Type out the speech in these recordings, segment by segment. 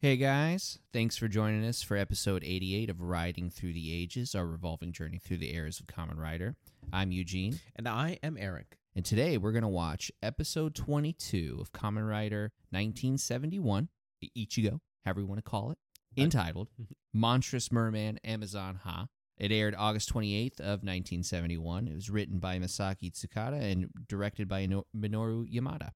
Hey guys, thanks for joining us for episode 88 of Riding Through the Ages, our revolving journey through the eras of Common Rider. I'm Eugene, And I am Eric. and today we're going to watch episode 22 of Common Rider 1971, Ichigo, however you want to call it, entitled Monstrous Merman Amazon Ha. It aired August 28th of 1971. It was written by Masaki Tsukada and directed by Ino- Minoru Yamada.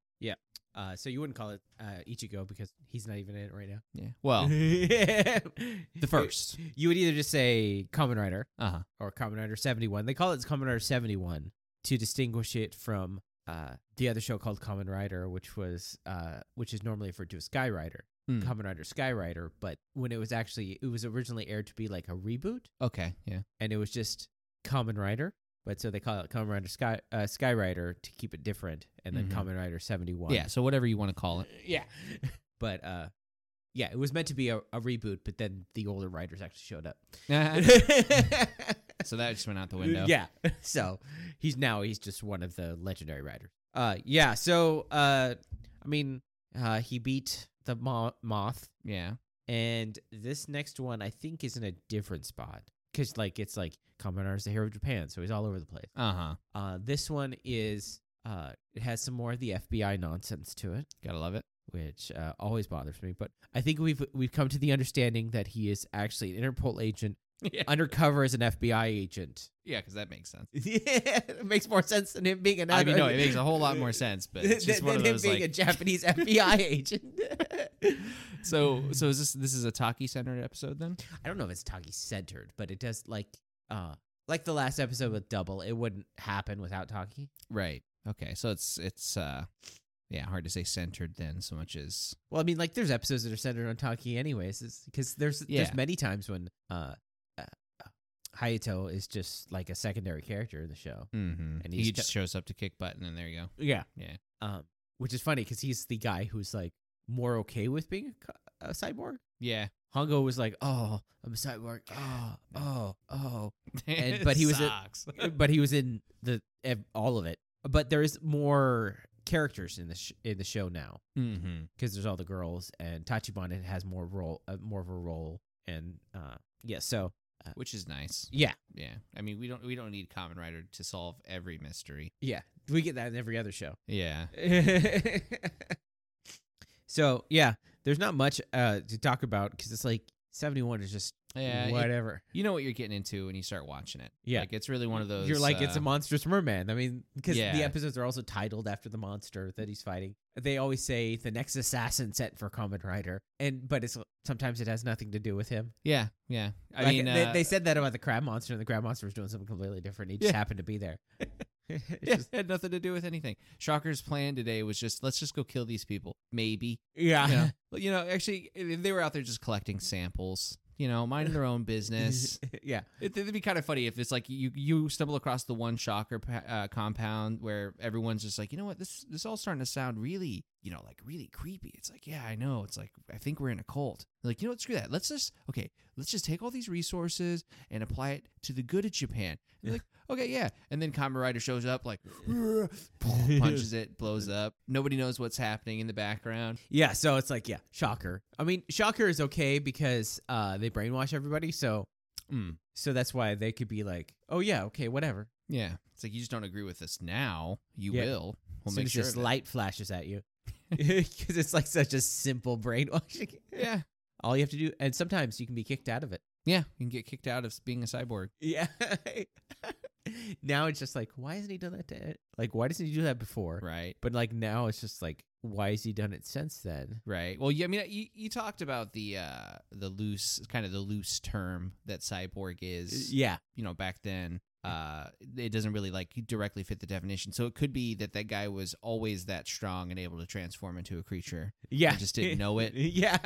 Uh, so you wouldn't call it uh, Ichigo because he's not even in it right now. Yeah. Well, the Oh. the first. You would either just say Common Rider Uh-huh. or Common Rider 71. They call it Common Rider 71 to distinguish it from uh, the other show called Common Rider, which was uh, which is normally referred to as Sky Rider, Hmm. Common Rider Sky Rider. But when it was actually, it was originally aired to be like a reboot, Okay, yeah. and it was just Common Rider. But so they call it Common Rider Sky uh, Sky Rider to keep it different, and then Mhm. Common Rider 71. Yeah, so whatever you want to call it. yeah. But uh yeah, it was meant to be a, a reboot, but then the older writers actually showed up. So that just went out the window. Uh-huh. Yeah. So he's now he's just one of the legendary writers. Uh yeah, so uh I mean uh he beat the mo- moth Yeah. and this next one I think is in a different spot cuz like it's like Kamen Rider is the hero of Japan, so he's all over the place. Uh huh. Uh this one is uh it has some more of the FBI nonsense to it. Gotta love it. which uh, always bothers me. But I think we've we've come to the understanding that he is actually an Interpol agent Yeah. undercover as an FBI agent. Yeah, because that makes sense. it makes more sense than him being an. I mean, no, it makes a whole lot more sense, but it's just than, one of than him those being like. a Japanese FBI agent. so, so is this this is a Taki centered episode then? I don't know if it's Taki centered, but it does like uh like the last episode with Double. It wouldn't happen without Taki. Right. Okay. So it's it's uh, yeah, hard to say centered then so much as Well, I mean, like there's episodes that are centered on Taki, anyways, because there's Yeah. there's many times when uh, uh, Hayato is just like a secondary character in the show. mm-hmm. And and he he's just shows up to kick butt and then there you go. Yeah, Yeah. Um, which is funny because he's the guy who's like more okay with being a, co- a cyborg. Yeah. Hongo was like, "Oh, I'm a cyborg. Oh, oh, oh," And- but he was a- Sucks. but he was in the ev- all of it. But there is more characters in the sh- in the show now. mm-hmm. because there's all the girls and Tachibana has more role, uh, more of a role, and uh, yeah. So Which is nice. yeah, Yeah. I mean, we don't we don't need Common Rider to solve every mystery. yeah, we get that in every other show. Yeah. so yeah, there's not much uh, to talk about because it's like 71 is just Yeah. it- whatever. you know what you're getting into when you start watching it. Yeah. Like it's really one of those You're like it's uh, a monstrous merman. I mean, because Yeah. the episodes are also titled after the monster that he's fighting. They always say the next assassin set for Common Rider, and but it's sometimes it has nothing to do with him. Yeah, yeah. I Like, mean they, uh, they said that about the crab monster, and the crab monster was doing something completely different. He just Yeah. happened to be there. It's yeah, just- it had nothing to do with anything. Shocker's plan today was just let's just go kill these people. Maybe. yeah. You know, Well, you know actually i- they were out there just collecting samples. You know, minding their own business. yeah. It, it'd be kind of funny if it's like you you stumble across the one shocker pa- uh, compound where everyone's just like, you know what, this this all starting to sound really, you know, like really creepy. It's like, yeah, I know. It's like I think we're in a cult. Like, you know what, screw that. Let's just okay, let's just take all these resources and apply it to the good of Japan. And they're like, okay, yeah. And then Kamen Rider shows up, like punches it, blows up. Nobody knows what's happening in the background. Yeah. So it's like, yeah, Shocker. I mean, Shocker is okay because uh, they brainwash everybody. So Mm, so that's why they could be like, oh, yeah, okay, whatever. yeah, it's like you just don't agree with us now. You Yeah. will. We'll as soon make as sure. this of it. light flashes at you. Because it's like such a simple brainwashing. yeah. All you have to do, and sometimes you can be kicked out of it. Yeah, you can get kicked out of being a cyborg. Yeah. now it's just like, why hasn't he done that to Like, why doesn't he do that before? Right. But like now, it's just like, why has he done it since then? Right. Well, yeah, I mean, you, you talked about the uh, the loose kind of the loose term that cyborg is. Uh, Yeah, You know, back then, uh, it doesn't really like directly fit the definition. So it could be that that guy was always that strong and able to transform into a creature. yeah. I just didn't know it. yeah.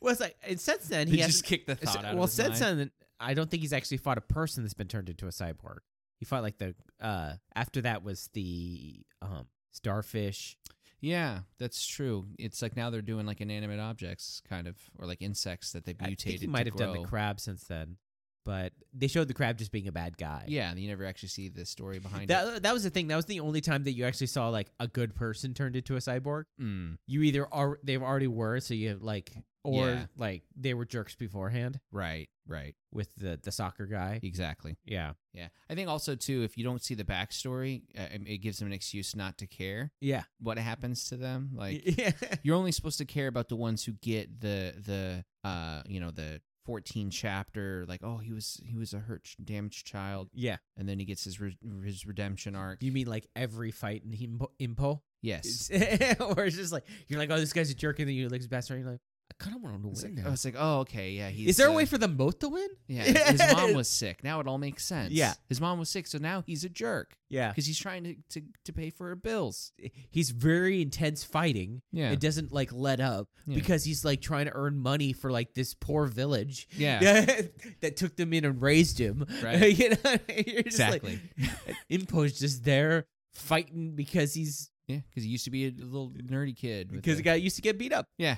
well, it's like, and since then he He has. just kicked the thought out. Well, of his since mind. then, I don't think he's actually fought a person that's been turned into a cyborg. He fought like the uh after that was the um starfish. yeah, that's true. It's like now they're doing like inanimate objects, kind of, or like insects that they I mutated. think he to might have done the grow. crab since then. But they showed the crab just being a bad guy. Yeah, and you never actually see the story behind it. That, that was the thing. That was the only time that you actually saw like a good person turned into a cyborg. Mm, You either are they've already were, so you have like or Yeah. like they were jerks beforehand right, right, with the the soccer guy. exactly. Yeah. Yeah, I think also too, if you don't see the backstory, uh, it- it gives them an excuse not to care Yeah. what happens to them. Like yeah. you're only supposed to care about the ones who get the the uh you know the 14 chapter like oh he was he was a hurt ch- damaged child yeah. and then he gets his re- his redemption arc. You mean like every fight in Impo? Impo? yes. or it's just like you're like, oh, this guy's a jerk, and then you look at his best friend, you're like, I kind of want him to It's win like, I now. was like, oh, okay, yeah. He's, Is there a uh, way for them both to win? Yeah, his his mom was sick. Now it all makes sense. Yeah. his mom was sick, so now he's a jerk Yeah, because he's trying to, to to pay for her bills. he's very intense fighting. Yeah, It doesn't like let up Yeah. because he's like trying to earn money for like this poor village. yeah, that took them in and raised him. Right. you know, You're just like- exactly. Impo's just there fighting because he's Yeah, because he used to be a little nerdy kid. with because a- he got used to get beat up. Yeah.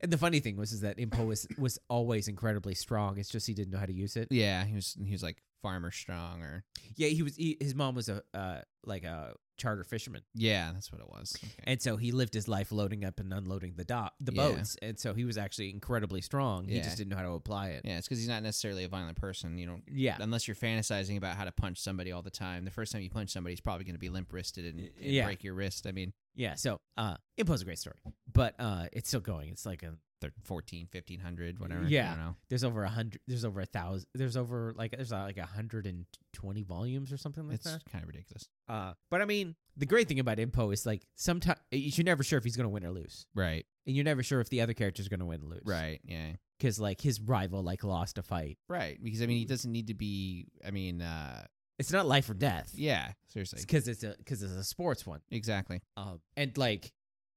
And the funny thing was is that Impo was was always incredibly strong. It's just he didn't know how to use it. yeah, he was he was like farmer strong or Yeah, he was. He, his mom was a uh, like a charter fisherman, yeah, that's what it was. Okay. and so he lived his life loading up and unloading the dock, the Yeah. boats, and so he was actually incredibly strong. He Yeah. just didn't know how to apply it. yeah, it's because he's not necessarily a violent person. You don't Yeah, unless you're fantasizing about how to punch somebody all the time. The first time you punch somebody, he's probably going to be limp wristed and, and Yeah. break your wrist. I mean, yeah. So, uh, Impo's a great story, but uh, it's still going. It's like a, they're 14, 1500, whatever. I Yeah. don't know. there's over a hundred, there's over a thousand, there's over like there's uh, like a hundred and twenty volumes or something like It's that. kind of ridiculous, Uh, but I mean, the great thing about Impo is like sometimes you're never sure if he's gonna win or lose, right? and you're never sure if the other character's gonna win or lose, Right? Yeah. Because like his rival like lost a fight. Right, because I mean, he doesn't need to be. I mean, uh, It's not life or death. yeah, seriously, because it's a because it's a sports one. exactly. Um, and like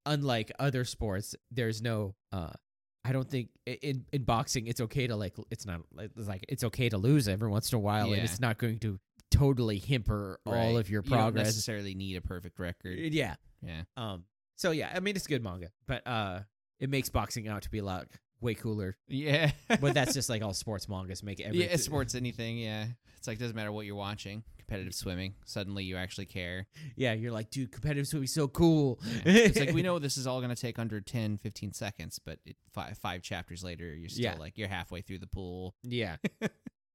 unlike other sports, there's no. Uh, I don't think i- in in boxing it's okay to like it's not it's like it's okay to lose every once in a while, Yeah. and it's not going to totally hamper all Right. of your You don't progress. necessarily need a perfect record. Yeah. Yeah. Um. So yeah, I mean it's a good manga, but uh, it makes boxing out to be like way cooler. Yeah, But that's just like all sports mangas make every yeah, sports anything. Yeah, it's like doesn't matter what you're watching. Competitive swimming. Suddenly, you actually care. Yeah, you're like, dude, competitive swimming's so cool. Yeah. It's like we know this is all going to take under 10, 15 seconds, but it, five, five chapters later, you're still Yeah. like you're halfway through the pool, Yeah.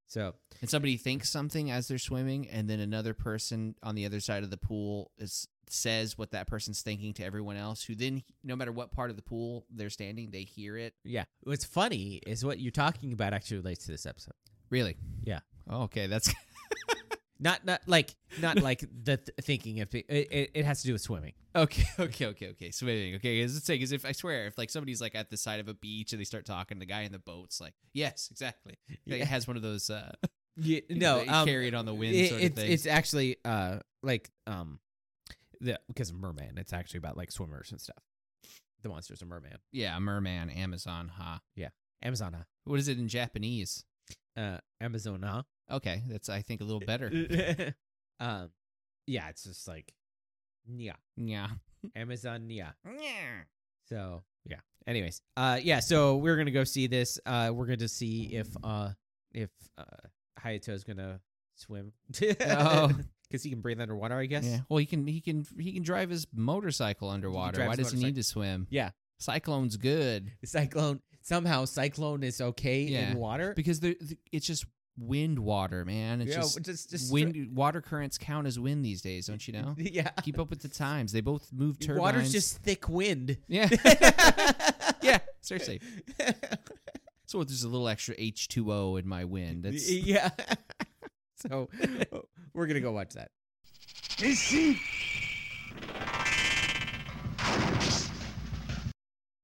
so and somebody thinks something as they're swimming, and then another person on the other side of the pool is says what that person's thinking to everyone else, who then no matter what part of the pool they're standing, they hear it. Yeah. What's funny is what you're talking about actually relates to this episode. Really? Yeah. Oh, okay, that's Not not like not like the th- thinking of it, it. It has to do with swimming. Okay, okay, okay, okay. Swimming, okay. Because it's saying is if I swear, if like somebody's like at the side of a beach and they start talking, the guy in the boat's like, "Yes, exactly." Like, Yeah. It has one of those uh, Yeah, um, they carry it on the wind it- sort of it's, thing. it's actually uh like um the because of merman. It's actually about like swimmers and stuff. The monsters of merman. yeah, merman, Amazon, ha. Amazona. What is it in Japanese? Uh, Amazona. Okay, that's I think a little better. Uh, um, yeah. It's just like yeah, yeah, Amazon yeah. yeah. So yeah. Anyways, uh, yeah. So we're gonna go see this. Uh, we're gonna see if uh if uh Hayato's gonna swim. Oh. because he can breathe underwater, I guess. Well, he can he can he can drive his motorcycle underwater. drive Why his does he need to swim? Yeah. Cyclone's good Cyclone somehow Cyclone is okay Yeah. in water. because the, the it's just wind water, man. It's yeah, just. just just wind water currents count as wind these days, don't you know? Yeah. Keep up with the times. They both move turbines. Water's just thick wind. yeah, yeah. Seriously. So there's a little extra H two O in my wind. That's yeah. so we're gonna go watch that.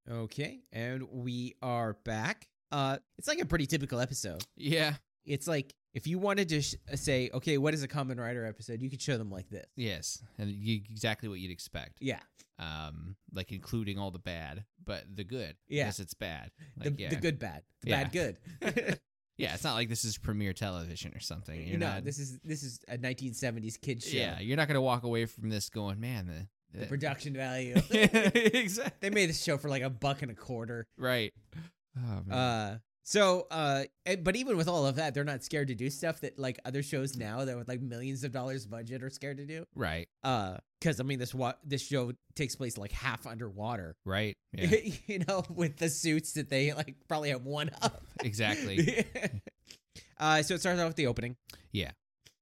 Okay, and we are back. Uh, it's like a pretty typical episode. yeah, It's like if you wanted to sh- uh, say, okay, what is a common writer episode? You could show them like this. yes, and you, exactly what you'd expect. Yeah, Um, like including all the bad, but the good. Yeah. because it's bad. the, Like, yeah, the good bad, the bad good. yeah. It's not like this is premiere television or something. You're no, not. this is this is a 1970s kid show. yeah, you're not gonna walk away from this going, man. The, the the- production value. exactly. they made this show for like a buck and a quarter. Right. Oh, man. Uh, So, uh, and- but even with all of that, they're not scared to do stuff that like other shows now that with like millions of dollars budget are scared to do. Right. Uh, because I mean, this wa- this show takes place like half underwater, Right. Yeah. you know, with the suits that they like probably have one up. exactly. uh, so it starts out with the opening. Yeah.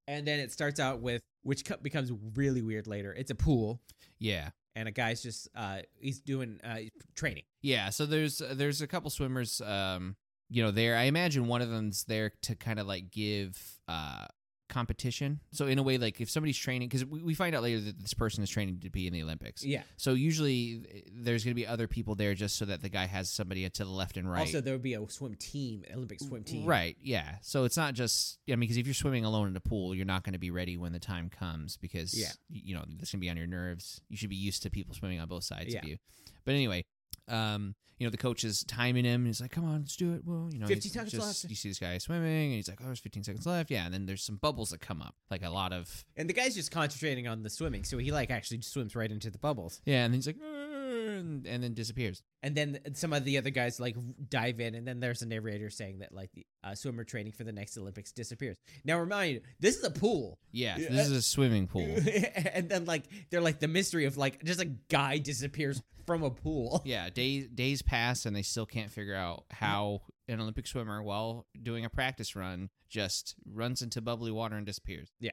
And then it starts out with which co- becomes really weird later. It's a pool, Yeah. and a guy's just uh, he's doing uh, training. Yeah. So there's uh, there's a couple swimmers. Um, you know, there. I imagine one of them's there to kind of like give uh competition. So in a way, like if somebody's training, because we, we find out later that this person is training to be in the Olympics. Yeah. So usually th- there's going to be other people there just so that the guy has somebody to the left and right. Also, there would be a swim team, Olympic swim team. Right. Yeah. So it's not just. I mean, because if you're swimming alone in a pool, you're not going to be ready when the time comes because Yeah. y- you know this can be on your nerves. You should be used to people swimming on both sides of Yeah. you. But anyway, um, you know the coach is timing him. He's like, "Come on, let's do it." Well, you know, 15 he's seconds just- left. You see this guy swimming, and he's like, "Oh, there's 15 seconds left." Yeah, and then there's some bubbles that come up, like a lot of And the guy's just concentrating on the swimming, so he like actually just swims right into the bubbles. yeah, and then he's like, "Arr," and, and then disappears. And then some of the other guys like dive in, and then there's a narrator saying that like the uh, swimmer training for the next Olympics disappears. Now, remind you, this is a pool, Yeah, Yeah. this is a swimming pool. and then like they're like the mystery of like just a guy disappears from a pool. Yeah, days days pass and they still can't figure out how an Olympic swimmer, while doing a practice run, just runs into bubbly water and disappears. Yeah.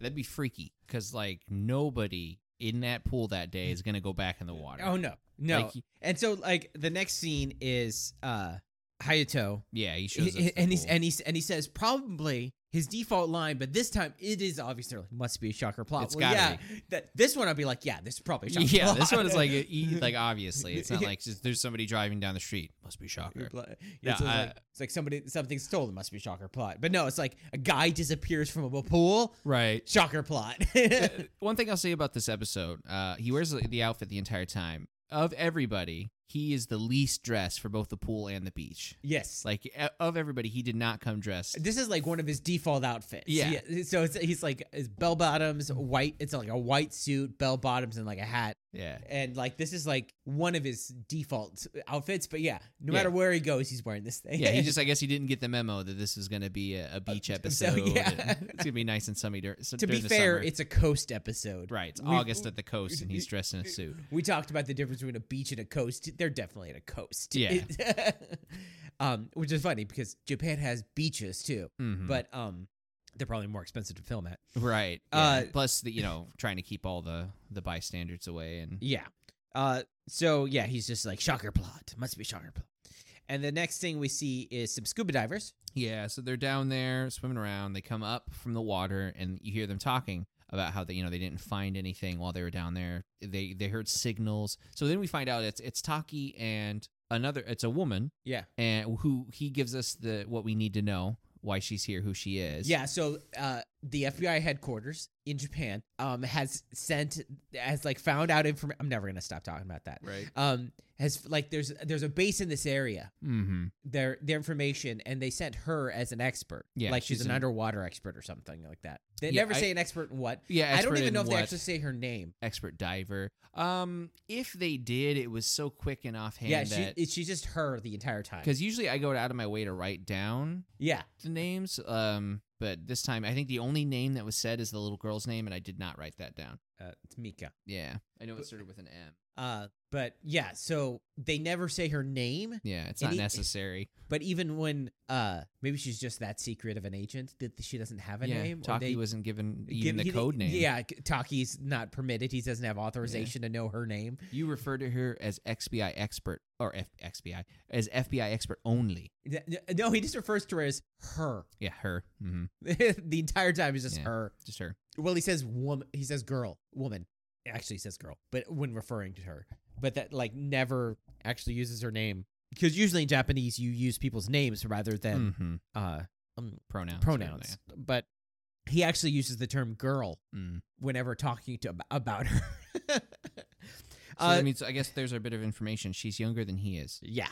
that'd be freaky because like nobody in that pool that day is gonna go back in the water. Oh no, no. Like, he- and so like the next scene is uh Hayato, yeah, he shows up. He- to the and he's pool. and he's and he says probably his default line, but this time it is obviously must be a shocker plot. It's gotta yeah, that this one I'll be like, yeah, this is probably a shocker. yeah, plot. this one is like e- like obviously it's not Yeah. like just, there's somebody driving down the street. Must be shocker. Yeah, Yeah, it's, like, uh, it's like somebody something stolen must be shocker plot, but no, it's like a guy disappears from a pool. Right. Shocker plot. Uh, one thing I'll say about this episode, uh, he wears the- the outfit the entire time. Of everybody, he is the least dressed for both the pool and the beach. yes, Like e- of everybody, he did not come dressed. this is like one of his default outfits. Yeah. so it's, he's like his bell bottoms, white. It's like a white suit, bell bottoms, and like a hat. Yeah, And like this is like one of his default outfits. But yeah, no Yeah. matter where he goes, he's wearing this thing. yeah. He just, I guess, he didn't get the memo that this is going to be a, a beach Uh, so, episode. yeah. and it's gonna be nice and sunny dur- to during be the fair, summer. it's a coast episode. right. It's we've- August at the coast, and he's dressed in a suit. We talked about the difference between a beach and a coast. They're definitely at a coast. Yeah. It- um, which is funny because Japan has beaches too, Mhm. but um, they're probably more expensive to film at. right. Yeah. uh, Plus, the, you know, trying to keep all the the bystanders away, and Yeah. Uh so yeah, he's just like shocker plot. Must be shocker plot. And the next thing we see is some scuba divers. Yeah, so they're down there swimming around. They come up from the water, and you hear them talking about how they, you know, they didn't find anything while they were down there. They they heard signals. So then we find out it's it's Taki and another. It's a woman, Yeah. and who he gives us the what we need to know why she's here, who she is. Yeah, so uh the FBI headquarters in Japan um has sent has like found out information I'm never going to stop talking about that. right. Um has like there's there's a base in this area. Mm-hmm. Their their information and they sent her as an expert. Yeah, like she's, she's an, an- underwater expert or something like that. They Yeah, never I- say an expert in what. Yeah, I don't expert even in know if they what? actually say her name. expert diver. Um, if they did, it was so quick and offhand yeah, she, that it- she's just her the entire time. because usually I go out of my way to write down Yeah. the names. Um, but this time I think the only name that was said is the little girl's name, and I did not write that down. Uh, it's Mika. Yeah, I know it started with an M. Uh, but yeah, so they never say her name, Yeah, it's And not he- necessary. but even when uh, maybe she's just that secret of an agent that she doesn't have a yeah, name. or Taki they wasn't given give- even he the didn't- code name. Yeah, Taki's not permitted. He doesn't have authorization to know her name. you refer to her as XBI expert or F- XBI as FBI expert only. Th- No, he just refers to her as her. Yeah, her. hmm the entire time is just Yeah. her. Just her. Well, he says woman. He says girl, woman. Actually, he says girl, but when referring to her, but that like never actually uses her name because usually in Japanese you use people's names rather than hmm uh um, Pronouns. pronouns. But he actually uses the term girl yeah. Mm. whenever talking to ab- about her. So uh, that means I guess there's a bit of information. She's younger than he is. yeah.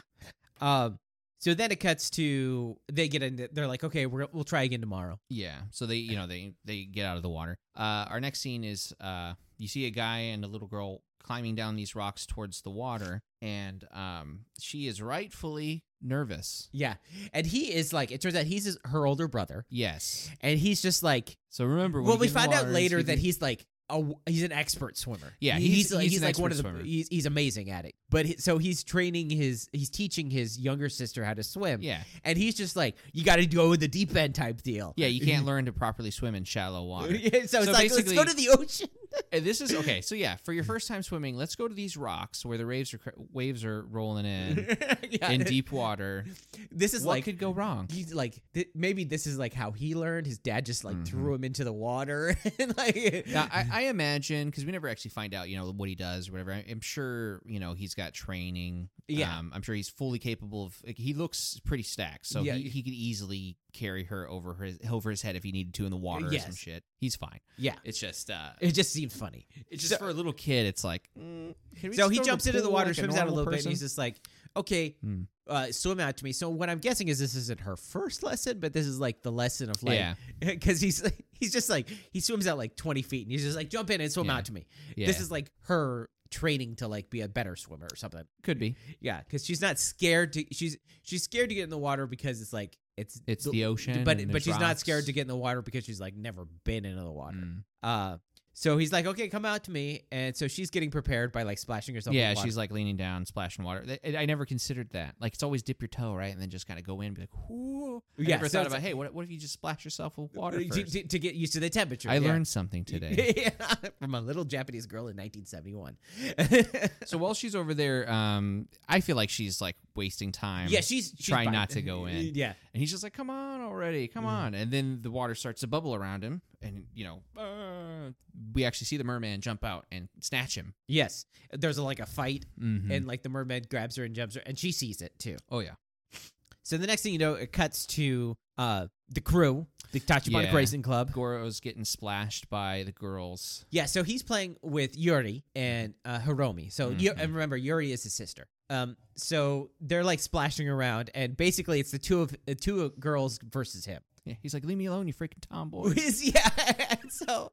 Um. So then it cuts to they get in. They're like, okay, we're, we'll try again tomorrow. Yeah. So they, you know, they they get out of the water. Uh, our next scene is uh, you see a guy and a little girl climbing down these rocks towards the water, and um, she is rightfully nervous. Yeah. And he is like, it turns out he's his, her older brother. Yes. And he's just like, So remember, when well, you we get in the find out water, later it's- that he's like, a, he's an expert swimmer. Yeah, He- he's- he's, like- he's he's, an like one of expert the swimmer. he's, he's amazing at it. But he, so he's training his he's teaching his younger sister how to swim. Yeah, and he's just like, you got to go in the deep end type deal. yeah, you can't learn to properly swim in shallow water. Yeah, so, it's So like, let's basically- go to the ocean. Uh, this is okay. So yeah, for Mm-hmm. your first time swimming, let's go to these rocks where the waves are cr- waves are rolling in Yeah, in deep water. This is what like. could go wrong? He's like th- maybe this is like how he learned. His dad just like Mhm. threw him into the water and like Now, I, I imagine because we never actually find out, you know, what he does or whatever. I, I'm sure, you know, he's got training. Yeah. um, I'm sure he's fully capable of. Like, he looks pretty stacked, so Yeah. he, he could easily carry her over his over his head if he needed to in the water or some Yes. shit. He's fine. yeah. It's just, uh, It just seemed funny. it's just so- for a little kid. It's like, mm, can we So just he go to jumps into the pool water, like swims out a normal little bit, person? and he's just like, "Okay, Hmm. uh, swim out to me." So what I'm guessing is this isn't her first lesson, but this is like the lesson of like, yeah, because he's he's just like he swims out like 20 feet, and he's just like, "Jump in and swim Yeah. out to me." yeah. This is like her training to like be a better swimmer or something. could be. Yeah, because she's not scared to she's she's scared to get in the water because it's like it's It's the ocean, but and but there's she's not rocks. scared to get in the water because she's like never been into the water. Mm. Uh, so he's like, okay, come out to me, and so she's getting prepared by like splashing herself. in Yeah, the water. she's like leaning down, splashing water. Th- I I never considered that. Like it's always dip your toe right, and then just kind of go in, and be like, "Whoo!" I Yeah, never so thought it's- Uh, about, hey, what, what if you just splash yourself with water? to, First? to, to get used to the temperature. I yeah. learned something today. Yeah, from a little Japanese girl in 1971. so while she's over there, um, I feel like she's like wasting time. yeah, she's, she's trying bi- not to go in. Yeah, and he's just like, "Come on already, come Mhm. on!" And then the water starts to bubble around him, and you know, uh, we actually see the merman jump out and snatch him. yes. There's like a fight, Mm-hmm. and like the mermaid grabs her and jumps her, and she sees it too. oh yeah, So the next thing you know, it cuts to uh the crew, the Tachibana Yeah. Racing Club. Goro's getting splashed by the girls. Yeah, so he's playing with Yuri and uh, Hiromi. So Yu- Mhm. and remember, Yuri is his sister. Um, so they're like splashing around, and basically it's the two of uh, two girls versus him. Yeah, he's like, "Leave me alone, you freaking tomboy." yeah, and so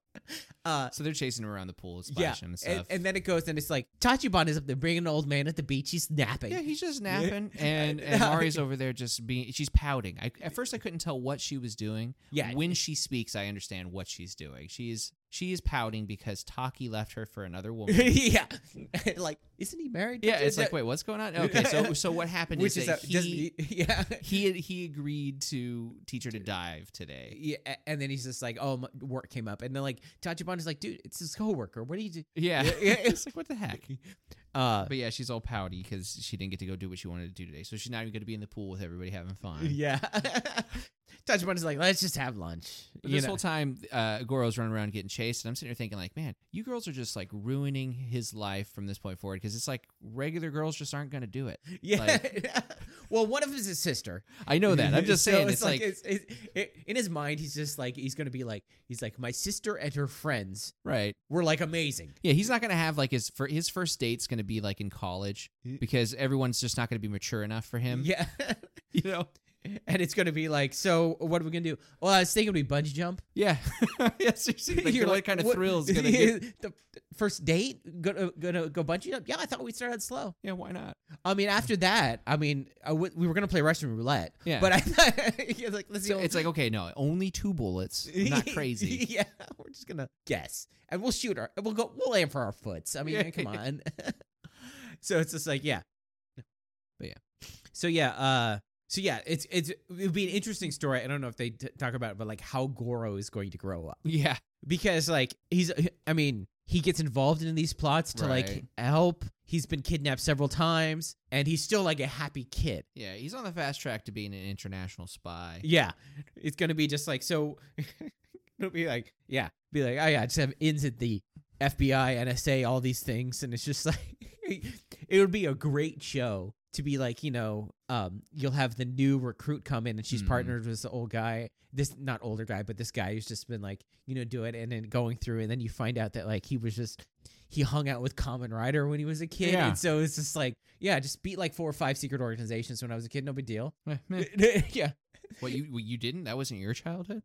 uh, So they're chasing him around the pool, yeah, splashing him and stuff. and, and then it goes and it's like Tachibana is up there bringing an old man at the beach. He's napping. yeah, he's just napping, and and Mari's over there just being. She's pouting. I, at first, I couldn't tell what she was doing. yeah, When she speaks, I understand what she's doing. She's she is pouting because Taki left her for another woman. yeah. like, isn't he married? yeah, it's like, wait, what's going on? Okay, so so what happened which is is that a- he, does- he yeah. he agreed to teach her to dive today. Yeah, a- and then he's just like, "Oh, my work came up," and then like Tachibana's like, "Dude, it's his coworker. What do you do?" Yeah, Yeah, yeah. it's like what the heck. Uh, But yeah, she's all pouty because she didn't get to go do what she wanted to do today. So she's not even going to be in the pool with everybody having fun. yeah. Tachibana's like, "Let's just have lunch." But you this know? whole time, uh, Goro's running around getting chased, and I'm sitting here thinking, like, man, you girls are just like ruining his life from this point forward because it's like regular girls just aren't going to do it. yeah. like- well, one of them is his sister. I know that. I'm just So saying, it's, like, it's, it's, it, in his mind, he's just like, he's gonna be like, he's like, my sister and her friends right? were like amazing. Yeah, he's not going to have like his for his first date's going to be like in college because everyone's just not going to be mature enough for him. Yeah. you know. And it's gonna be like, so what are we gonna do? Well, I was thinking we bungee jump. Yeah, yeah. Seriously, like, You're what like, kind of what- thrill is going to get? the first date gonna gonna go bungee jump? Yeah, I thought we started out slow. Yeah, why not? I mean, after that, I mean, I w- we were gonna play Russian roulette. Yeah. But I thought yeah, like let's So go- it's like okay, no, only two bullets. I'm not crazy. yeah, we're just gonna guess, and we'll shoot our, and we'll go, we'll aim for our foots. I mean, Yeah. come on. so it's just like yeah, But yeah. So yeah, uh, so yeah, it's it's it would be an interesting story. I don't know if they t- talk about, it, but like how Goro is going to grow up Yeah, because like he's, I mean, he gets involved in these plots to like Right. help. He's been kidnapped several times, and he's still like a happy kid. yeah. He's on the fast track to being an international spy. Yeah. It's gonna be just like so it'll be like yeah. Be like, oh yeah, I just have ins at the FBI, NSA, all these things, and it's just like it would be a great show to be like, you know, um, you'll have the new recruit come in and she's Mhm. partnered with the old guy. This not older guy, but this guy who's just been like, you know, do it and then going through and then you find out that like he was just he hung out with Common Rider when he was a kid. Yeah. And so it's just like, yeah, just beat like four or five secret organizations when I was a kid, no big deal. Eh, meh. yeah. What you what, you didn't? That wasn't your childhood?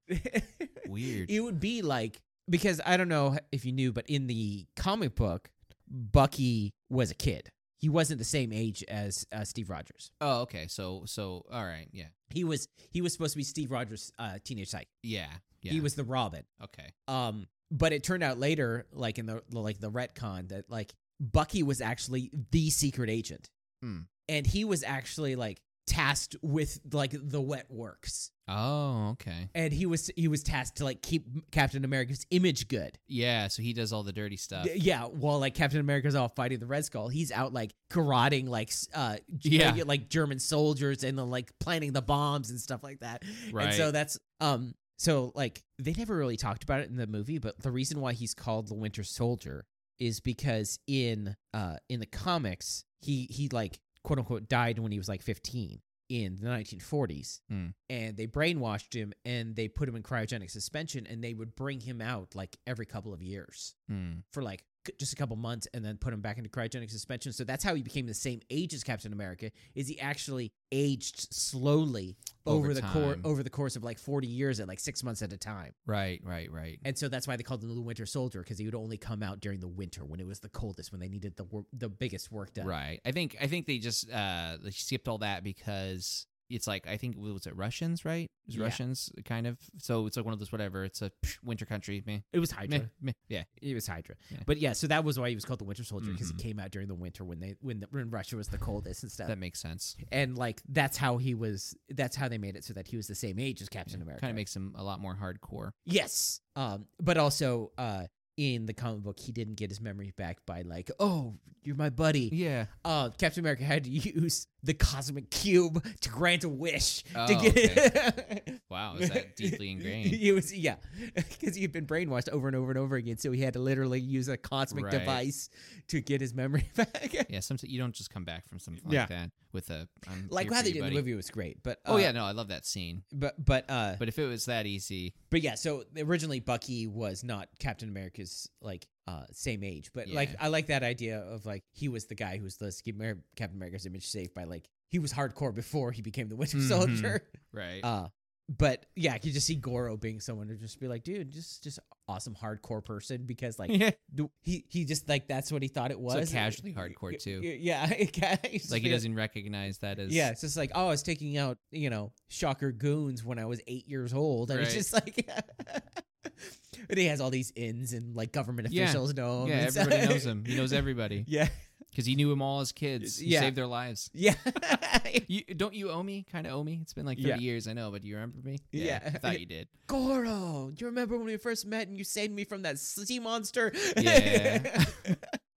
Weird. It would be like because I don't know if you knew, but in the comic book, Bucky was a kid. He wasn't the same age as uh, Steve Rogers. Oh, okay. So, so all right. Yeah, He was he was supposed to be Steve Rogers' uh, teenage psyche. yeah, yeah. He was the Robin. okay. Um, but it turned out later, like in the like the retcon, that like Bucky was actually the secret agent, Hmm. and he was actually like tasked with like the wet works, Oh, okay. and he was he was tasked to like keep Captain America's image good. Yeah. So he does all the dirty stuff. D- yeah, while like Captain America's off fighting the Red Skull, he's out like karating like s- uh G- Yeah. like German soldiers and then like planting the bombs and stuff like that. Right. And so that's um so like they never really talked about it in the movie, but the reason why he's called the Winter Soldier is because in uh in the comics he he like quote unquote died when he was like 15 in the 1940s Hmm. and they brainwashed him and they put him in cryogenic suspension and they would bring him out like every couple of years Hmm. for like c- just a couple months and then put him back into cryogenic suspension. So that's how he became the same age as Captain America. Is he actually aged slowly over, Over the course time. over the course of like 40 years at like 6 months at a time. Right. Right. Right. And so that's why they called him the Winter Soldier because he would only come out during the winter when it was the coldest when they needed the wor- the biggest work done. Right. I think I think they just uh they skipped all that because it's like I think was it Russians, right? It was Yeah. Russians kind of. So it's like one of those whatever. It's a psh, winter country. Meh, It was meh, Hydra. meh. Yeah. It was Hydra. Yeah. But yeah, so that was why he was called the Winter Soldier because Mhm. he came out during the winter when they when the, when Russia was the coldest and stuff. That makes sense. and like that's how he was that's how they made it so that he was the same age as Captain America. Kind of makes him a lot more hardcore. Yes. Um, but also uh, in the comic book, he didn't get his memory back by like, oh, you're my buddy. Yeah. Uh, Captain America had to use the cosmic cube to grant a wish to Oh, get Wow. Is that deeply ingrained? It was yeah, because he had been brainwashed over and over and over again, so he had to literally use a cosmic Right. device to get his memory back. Yeah. Some you don't just come back from something like Yeah. that with a I'm like here how for they you, did in the buddy. movie was great, but Oh uh, yeah. No, I love that scene. but but uh, But if it was that easy, But yeah, so originally Bucky was not Captain America's like uh same age, but like Yeah. I like that idea of like he was the guy who was the Captain America's image safe by like he was hardcore before he became the Winter Mhm. Soldier. right? Uh but yeah, I could just see Goro being someone to just be like, dude, just just awesome hardcore person because like yeah. the- he he just like that's what he thought it was. casually hardcore, too. Yeah, yeah. he's just Like he being- doesn't recognize that as yeah, it's just like, oh, I was taking out, you know, shocker goons when I was eight years old. And it's Right. just like, and he has all these ins and like government Yeah. officials know him. Yeah, and stuff. everybody knows him. He knows everybody Yeah. because he knew him all as kids. He Yeah. saved their lives. Yeah. You don't you owe me? Kind of owe me. It's been like thirty Yeah. years. I know, but do you remember me? Yeah. I thought you did. Goro, do you remember when we first met and you saved me from that sea monster? Yeah.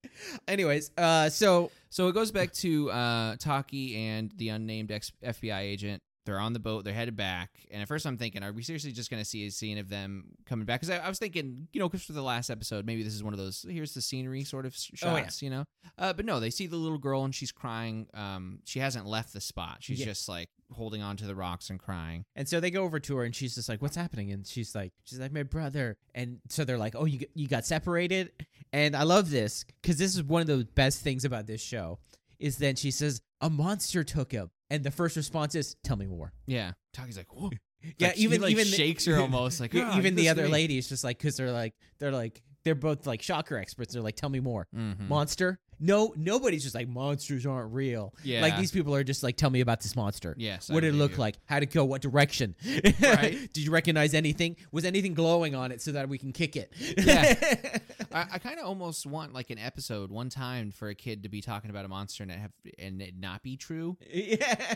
Anyways, uh, so So it goes back to uh, Taki and the unnamed ex- FBI agent. They're on the boat. They're headed back. And at first, I'm thinking, are we seriously just going to see a scene of them coming back? Because I, I was thinking, you know, because for the last episode, maybe this is one of those here's the scenery sort of s- Oh, yeah. shots, you know. Uh, but no, they see the little girl and she's crying. Um, she hasn't left the spot. She's Yeah. just like holding on to the rocks and crying. and so they go over to her and she's just like, "What's happening?" And she's like, "She's like my brother." And so they're like, "Oh, you you got separated." And I love this because this is one of the best things about this show is then she says, "A monster took him," and the first response is, "Tell me more." Yeah, Taki's like, whoa. Yeah, Like, he, even like, even the- shakes her almost like e- "Ah, even this the other way." lady is just like because they're like they're like they're both like shocker experts. They're like, "Tell me more, Mhm. monster." No, nobody's just like monsters aren't real. Yeah, Like these people are just like, "Tell me about this monster." Yes. I what did it believe look you. like? How to go? What direction? Right. Did you recognize anything? Was anything glowing on it so that we can kick it? Yeah. I, I kind of almost want like an episode one time for a kid to be talking about a monster and it have and it not be true, yeah.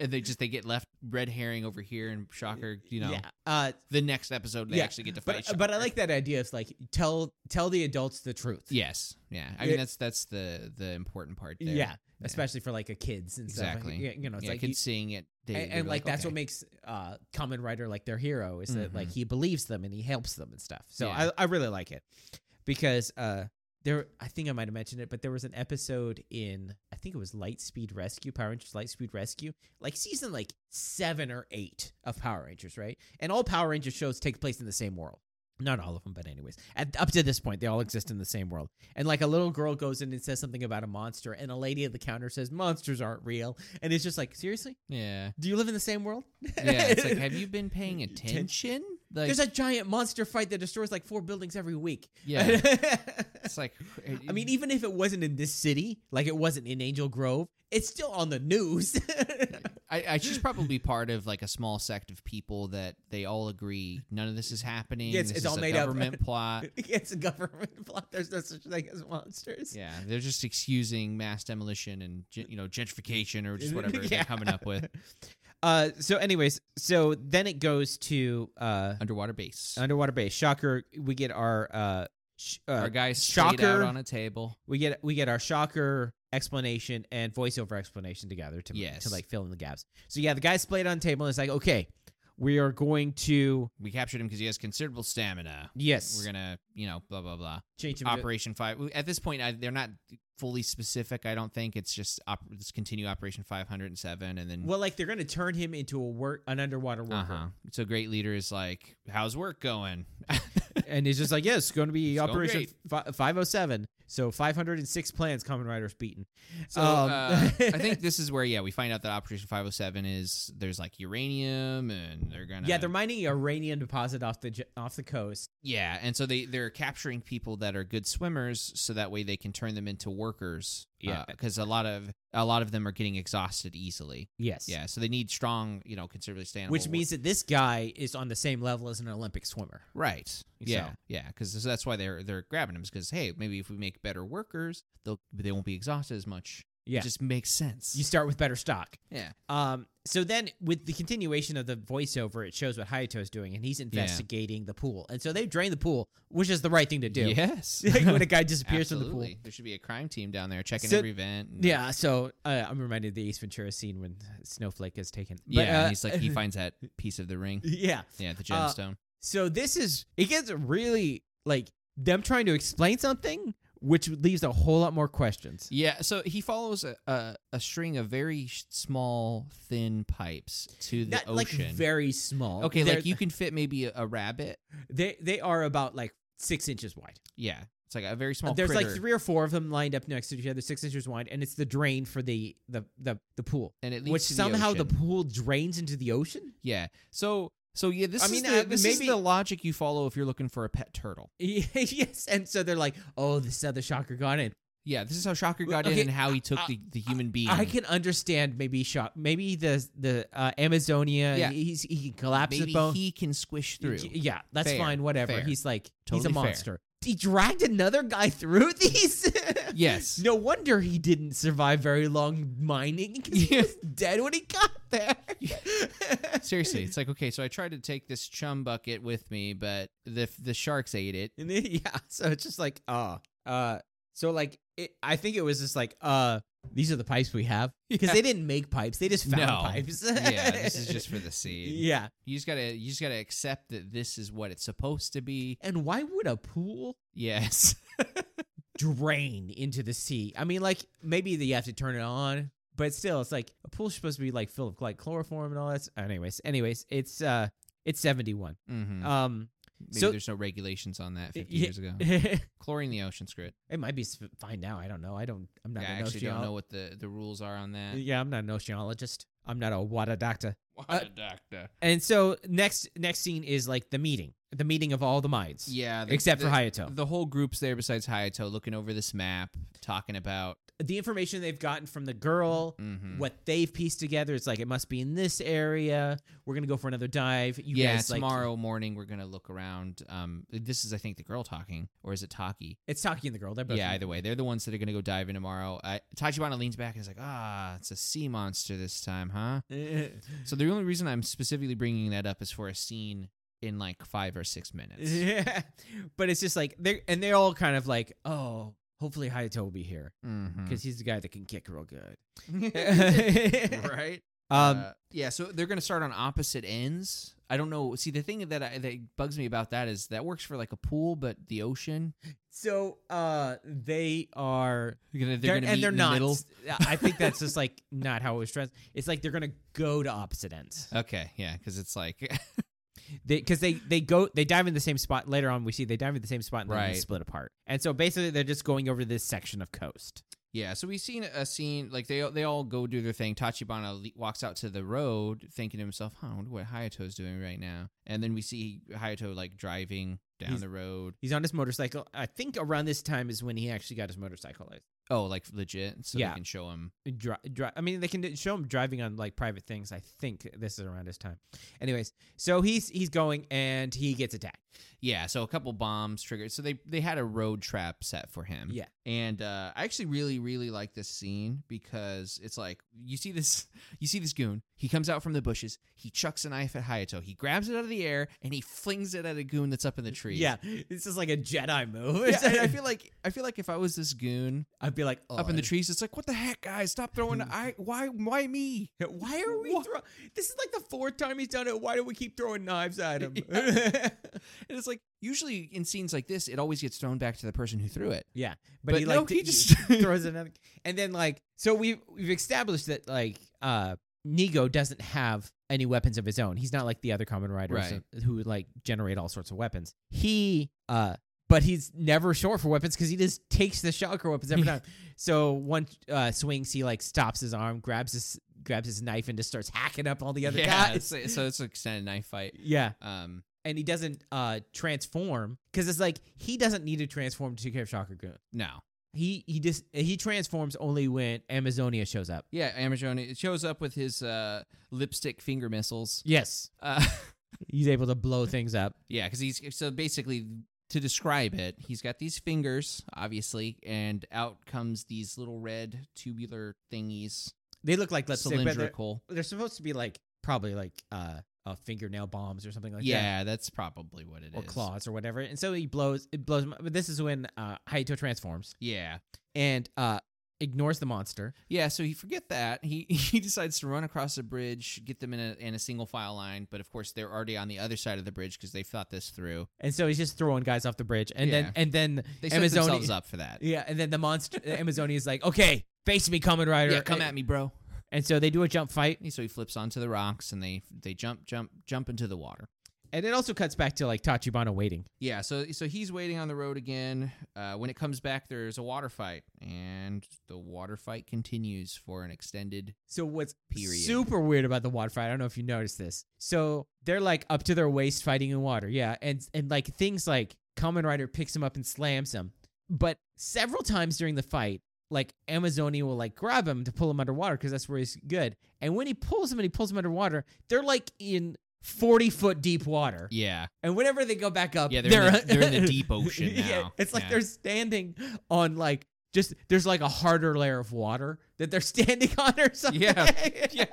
and they just they get left red herring over here and shocker. You know, Yeah. Uh, the next episode they Yeah, actually get to fight. but but I Shocker. like that idea of like tell tell the adults the truth. Yes. Yeah. I Yeah. mean that's that's the the important part there. Yeah. Especially for like a kids and Exactly. stuff. Yeah, You know, it's yeah, like kids seeing it. They, and, and like, that's what makes makes uh common writer like their hero is that like Mhm. he believes them and he helps them and stuff so Yeah. I, I really like it because uh there i think i might have mentioned it but there was an episode in i think it was lightspeed rescue power rangers lightspeed rescue like season like seven or eight of power rangers right and all power rangers shows take place in the same world not all of them but anyways at, up to this point they all exist in the same world and like a little girl goes in and says something about a monster and a lady at the counter says monsters aren't real and it's just like seriously yeah. do you live in the same world? Yeah. It's like, have you been paying attention? Like, There's a giant monster fight that destroys like four buildings every week. yeah, it's like I mean, e-, even if it wasn't in this city, like it wasn't in Angel Grove, it's still on the news. I, I she's probably part of like a small sect of people that they all agree none of this is happening. Yes, this it's is all a made up. government plot. it's a government block. There's no such thing as monsters. Yeah, they're just excusing mass demolition and gen- you know gentrification or just whatever Yeah. they're coming up with Uh, so, anyways, so then it goes to uh, underwater base. underwater base. Shocker, we get our uh, sh- uh Our guys straight out Shocker. on a table. we get we get our shocker explanation and voiceover explanation together to Yes. to like fill in the gaps. So yeah, the guy splayed on the table and it's like, okay, we are going to We captured him because he has considerable stamina. yes, We're gonna you know blah blah blah. change him. to- Operation Five. At this point, I, they're not fully specific. I don't think it's just op- just continue Operation Five Hundred and Seven, and then well, like they're going to turn him into a work an underwater worker, uh huh. So great leader is like, how's work going? and he's just like, yes, it's going to be It's going Operation Five Hundred Seven. So five hundred and six plans, Common Rider's beaten. So Um, uh, I think this is where yeah we find out that Operation 507 is there's like uranium and they're gonna Yeah, they're mining uranium deposit off the j- off the coast. yeah and so they they're capturing people that are good swimmers so that way they can turn them into workers Yeah. because a lot of a lot of them are getting exhausted easily Yes. yeah so they need strong you know considerably stable Which means that this guy is on the same level as an Olympic swimmer. right yeah So. yeah because that's why they're they're grabbing them because hey maybe if we make better workers they'll they won't be exhausted as much Yeah. it just makes sense You start with better stock. yeah Um, so then, with the continuation of the voiceover, it shows what Hayato's doing, and he's investigating the pool. And so they drain the pool, which is the right thing to do. yes Like, when a guy disappears from the pool. Absolutely. There should be a crime team down there checking So- every vent. and- Yeah, so uh, I'm reminded of the Ace Ventura scene when Snowflake is taken. But, Yeah. and uh, he's like, he finds that piece of the ring. yeah. Yeah, the Uh, gemstone. So this is it gets really like them trying to explain something, which leaves a whole lot more questions. yeah. So he follows a, a, a string of very sh- small, thin pipes to the Not ocean. like very small. okay, They're- like you can fit maybe a, a rabbit. they they are about like six inches wide. Yeah. It's like a very small There's like critter, three or four of them lined up next to each other, six inches wide, and it's the drain for the the the, the pool, And it leads which to somehow the, the, ocean. pool drains into the ocean. Yeah. So. So yeah, this I is mean, the, uh, this is maybe- the logic you follow if you're looking for a pet turtle. yes, and so they're like, "Oh, this other shocker got in." Yeah, this is how Shocker Well, got in okay, and how he took I- the, the human being. I can understand maybe shock, maybe the the uh, Amazonia. Yeah. he's, he can collapse maybe his bone. he can squish through. Yeah, that's Fair, fine. Whatever. fair. He's like he's Totally a fair. monster. He dragged another guy through these. Yes. No wonder he didn't survive very long mining. 'cause He Yeah. was dead when he got there. Seriously, it's like okay, so I tried to take this chum bucket with me, but the the sharks ate it. And then, yeah, so it's just like, uh, uh, so like, it, I think it was just like, uh, these are the pipes we have because they didn't make pipes; they just found No. pipes. yeah, this is just for the seed. yeah. You just gotta you just gotta accept that this is what it's supposed to be. And why would a pool Yes. drain into the sea? I mean, like maybe that you have to turn it on, but still, it's like a pool's supposed to be like filled with like chloroform and all that. s- Anyways, anyways, it's uh, it's seventy one. hmm Um, Maybe so- there's no regulations on that 50 Yeah. years ago. Chlorine the ocean, screw it. It might be sp- fine now. I don't know. I don't. I'm not Yeah, I an actually don't know oceanologist. what the the rules are on that. Yeah, I'm not an oceanologist. I'm not a water doctor. What Uh, a doctor. And so next next scene is like the meeting, the meeting of all the mines, Yeah, the- except the- for Hayato. The whole group's there besides Hayato looking over this map, talking about The information they've gotten from the girl, mhm. what they've pieced together, it's like it must be in this area. We're gonna go for another dive. You yeah, guys, like- tomorrow morning we're gonna look around. Um, this is I think the girl talking, or is it Taki? it's Taki and the girl. They're both yeah, either way, they're the ones that are gonna go dive in tomorrow. Uh, Tachibana leans back and is like, "Ah, it's a sea monster this time, huh?" So the only reason I'm specifically bringing that up is for a scene in like five or six minutes. yeah, but it's just like they're and they're all kind of like, oh, hopefully Hayato will be here Mhm. because he's the guy that can kick real good. right? um, Uh, yeah, so they're gonna start on opposite ends. I don't know. See, the thing that I, that bugs me about that is that works for like a pool, but the ocean. So uh they are They're gonna, they're, they're gonna meet and they're in not the middle. I think that's just like not how it was stressed. It's like they're gonna go to opposite ends. Okay, yeah, because it's like They because they, they go they dive in the same spot later on we see they dive in the same spot and then they Right. split apart. And so basically they're just going over this section of coast. Yeah, so we've seen a scene like they they all go do their thing. Tachibana le- walks out to the road, thinking to himself, "Huh, I wonder what Hayato's doing right now." And then we see Hayato like driving down He's- the road. He's on his motorcycle. I think around this time is when he actually got his motorcycle. Like, Oh, like legit, so Yeah. they can show him. dri- dri- I mean, they can show him driving on like private things. I think this is around his time. Anyways, so he's he's going and he gets attacked. Yeah, so a couple bombs triggered. So they they had a road trap set for him. Yeah. and uh, I actually really really like this scene because it's like you see this you see this goon. He comes out from the bushes. He chucks a knife at Hayato. He grabs it out of the air and he flings it at a goon that's up in the tree. Yeah, this is like a Jedi move. Yeah, and I feel like I feel like if I was this goon I'd be like oh, up in the trees, it's like, what the heck, guys? Stop throwing! I why why me? Why are we? Throw- this is like the fourth time he's done it. Why do we keep throwing knives at him? And it's like usually in scenes like this, it always gets thrown back to the person who threw it. yeah, But, but, he no, like he just throws another and then like so we've we've established that like uh Nego doesn't have any weapons of his own. He's not like the other common riders Right. who would like generate all sorts of weapons. He uh but he's never short for weapons because he just takes the shocker weapons every time. So one uh, swings, he like stops his arm, grabs his grabs his knife, and just starts hacking up all the other yeah. guys. it's- so it's an extended knife fight. Yeah, Um, and he doesn't uh transform because it's like he doesn't need to transform to take care of Shocker Goon. no, He he just he transforms only when Amazonia shows up. yeah, Amazon it shows up with his uh lipstick finger missiles. Yes, Uh, he's able to blow things up. yeah, because he's so basically. To describe it, he's got these fingers, obviously, and out comes these little red tubular thingies, They look like lipstick, but they're, cylindrical. they're supposed to be like probably like uh, uh fingernail bombs or something like that. yeah, that's probably what it is. Or claws or whatever, and so he blows. It blows. him up. But this is when uh, Hayato transforms Yeah. and uh, ignores the monster. Yeah, so he forget that. He he decides to run across a bridge, get them in a in a single file line, but of course they're already on the other side of the bridge because they thought this through. And so he's just throwing guys off the bridge, and Yeah. then and then They set Amazonia- themselves up for that. Yeah, and then the monster Amazonia is like, "Okay, face me, Kamen Rider. Yeah, come at me, bro. And so they do a jump fight, And so he flips onto the rocks and they they jump jump jump into the water. and it also cuts back to like Tachibana waiting. Yeah, so so he's waiting on the road again. Uh, when it comes back, there's a water fight, and the water fight continues for an extended. So what's Period. super weird about the water fight? I don't know if you noticed this. So they're like up to their waist fighting in water. Yeah, and and like things like Kamen Rider picks him up and slams him, but several times during the fight. Like Amazonia will like grab him to pull him underwater because that's where he's good. And when he pulls him and he pulls him underwater, they're like in forty foot deep water. Yeah, And whenever they go back up, Yeah, they're in the- they're in the deep ocean now. it's like Yeah. they're standing on like just there's like a harder layer of water that they're standing on or something. Yeah. Yeah.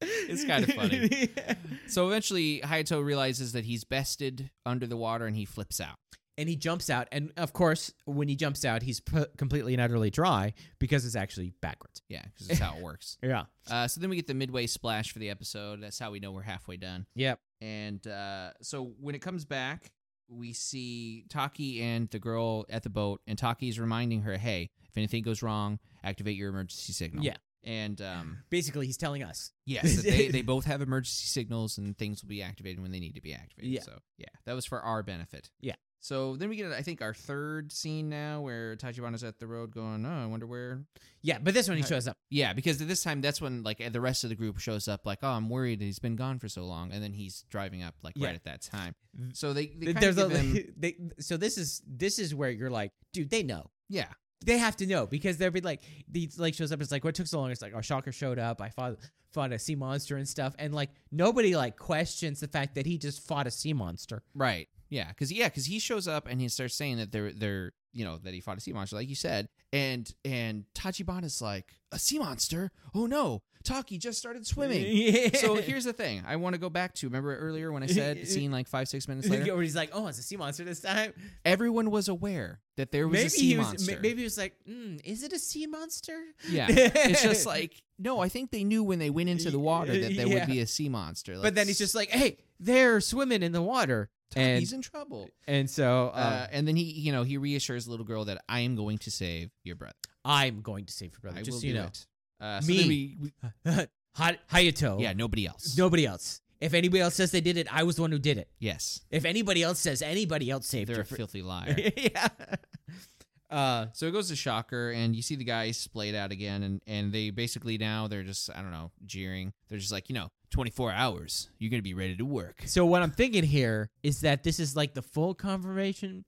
It's kinda funny. Yeah. so eventually Hayato realizes that he's bested under the water, and he flips out. And he jumps out, and of course, when he jumps out, he's p- completely and utterly dry because it's actually backwards. Yeah, because that's how it works. Yeah. Uh, so then we get the midway splash for the episode. That's how we know we're halfway done. Yep. And uh, so when it comes back, we see Taki and the girl at the boat, and Taki's reminding her, "Hey, if anything goes wrong, activate your emergency signal." Yeah. And um, Basically, he's telling us. yes, that they they both have emergency signals, and things will be activated when they need to be activated. Yeah. So yeah, that was for our benefit. Yeah. So then we get, I think, our third scene now where Tachibana's at the road going, oh, I wonder where Yeah, but this one he Right. shows up. yeah, because at this time, that's when like the rest of the group shows up. Like, oh, I'm worried he's been gone for so long, and then he's driving up like Yeah. right at that time. Th- So they, they kind There's of a, give him, they, so this is this is where you're like, dude, they know. yeah, they have to know because they'll be like the like shows up. It's like what took so long? It's like our shocker showed up. I fought fought a sea monster and stuff, and like nobody like questions the fact that he just fought a sea monster. right, yeah, because yeah, because he shows up and he starts saying that they're they're you know that he fought a sea monster, like you said, and and Tachibana's like a sea monster. Oh no, Taki just started swimming. Yeah. so here's the thing, I want to go back to remember earlier when I said scene like five six minutes later, where he's like, oh, it's a sea monster this time. everyone was aware that there was maybe a sea he was monster. ma- maybe he was like, mm, is it a sea monster? Yeah. It's just like, no, I think they knew when they went into the water that there Yeah. would be a sea monster. but then he's just like, hey, they're swimming in the water, "Let's- and he's in trouble. and so uh, Uh, and then he, you know, he reassures the little girl that I am going to save your brother. I'm going to save your brother. I just will so you do know, it. Uh, so Me. Oh. then we, we- Hay- Hayato. yeah, nobody else. Nobody else. If anybody else says they did it, I was the one who did it. Yes, If anybody else says anybody else saved they're her, a filthy liar. yeah. Uh, So it goes to Shocker, and you see the guys splayed out again, and, and they basically now they're just I don't know jeering. They're just like you know, 24 hours, you're gonna be ready to work. so what I'm thinking here is that this is like the full confirmation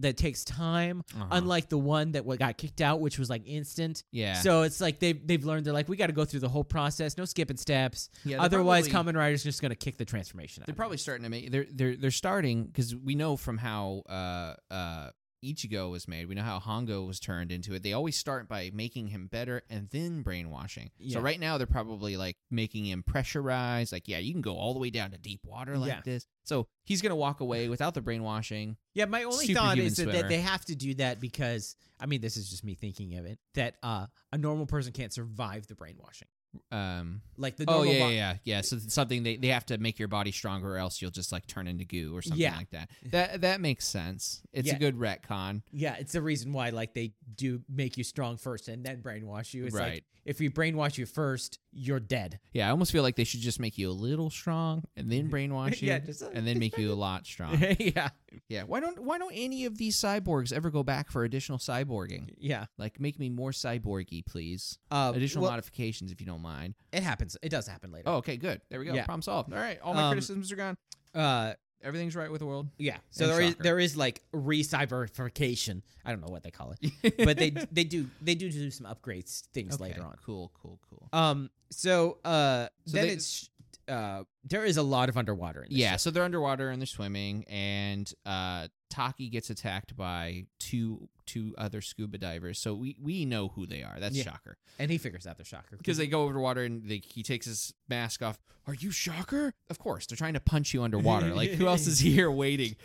that takes time, Uh-huh. unlike the one that what got kicked out, which was like instant. yeah, So it's like they've they've learned they're like we got to go through the whole process, no skipping steps. yeah. they're Otherwise, probably- Common Rider's just gonna kick the transformation. out They're of probably starting to make they're they're they're starting because we know from how uh uh Ichigo was made, we know how Hongo was turned into it. They always start by making him better and then brainwashing. Yeah. So right now they're probably like making him pressurized, like yeah, you can go all the way down to deep water like Yeah. this. So he's gonna walk away without the brainwashing. Yeah, my only Superhuman thought is that, that swimmer. they have to do that because I mean, this is just me thinking of it that uh, a normal person can't survive the brainwashing. Um, Like the oh normal yeah, yeah, bo- yeah, yeah. So it's something they, they have to make your body stronger, or else you'll just like turn into goo or something Yeah. like that. That that makes sense. It's Yeah. a good retcon. yeah, it's the reason why like they do make you strong first and then brainwash you. It's like Right. if we brainwash you first, you're dead. Yeah, I almost feel like they should just make you a little strong and then brainwash you Yeah, just a- and then just make you a lot strong. yeah, yeah. Why don't why don't any of these cyborgs ever go back for additional cyborging? yeah. Like make me more cyborgy, please. Uh, Additional well, modifications if you don't mind. it happens. It does happen later. Oh, okay, good. There we go. Yeah. Problem solved. All right. All my Um, criticisms are gone. Uh, Everything's right with the world. yeah. So And there is Oh. shocker. there is like re-cyberification. I don't know what they call it, but they they do they do do some upgrades things Okay, later on. Cool, cool, cool. Um. So, uh, So then they- it's uh, there is a lot of underwater in this. Yeah, show. so they're underwater and they're swimming, and uh, Taki gets attacked by two two other scuba divers. So we, we know who they are. That's Yeah. shocker. and he figures out the shocker because they go over to water and they, he takes his mask off. Are you Shocker? Of course, they're trying to punch you underwater. like who else is here waiting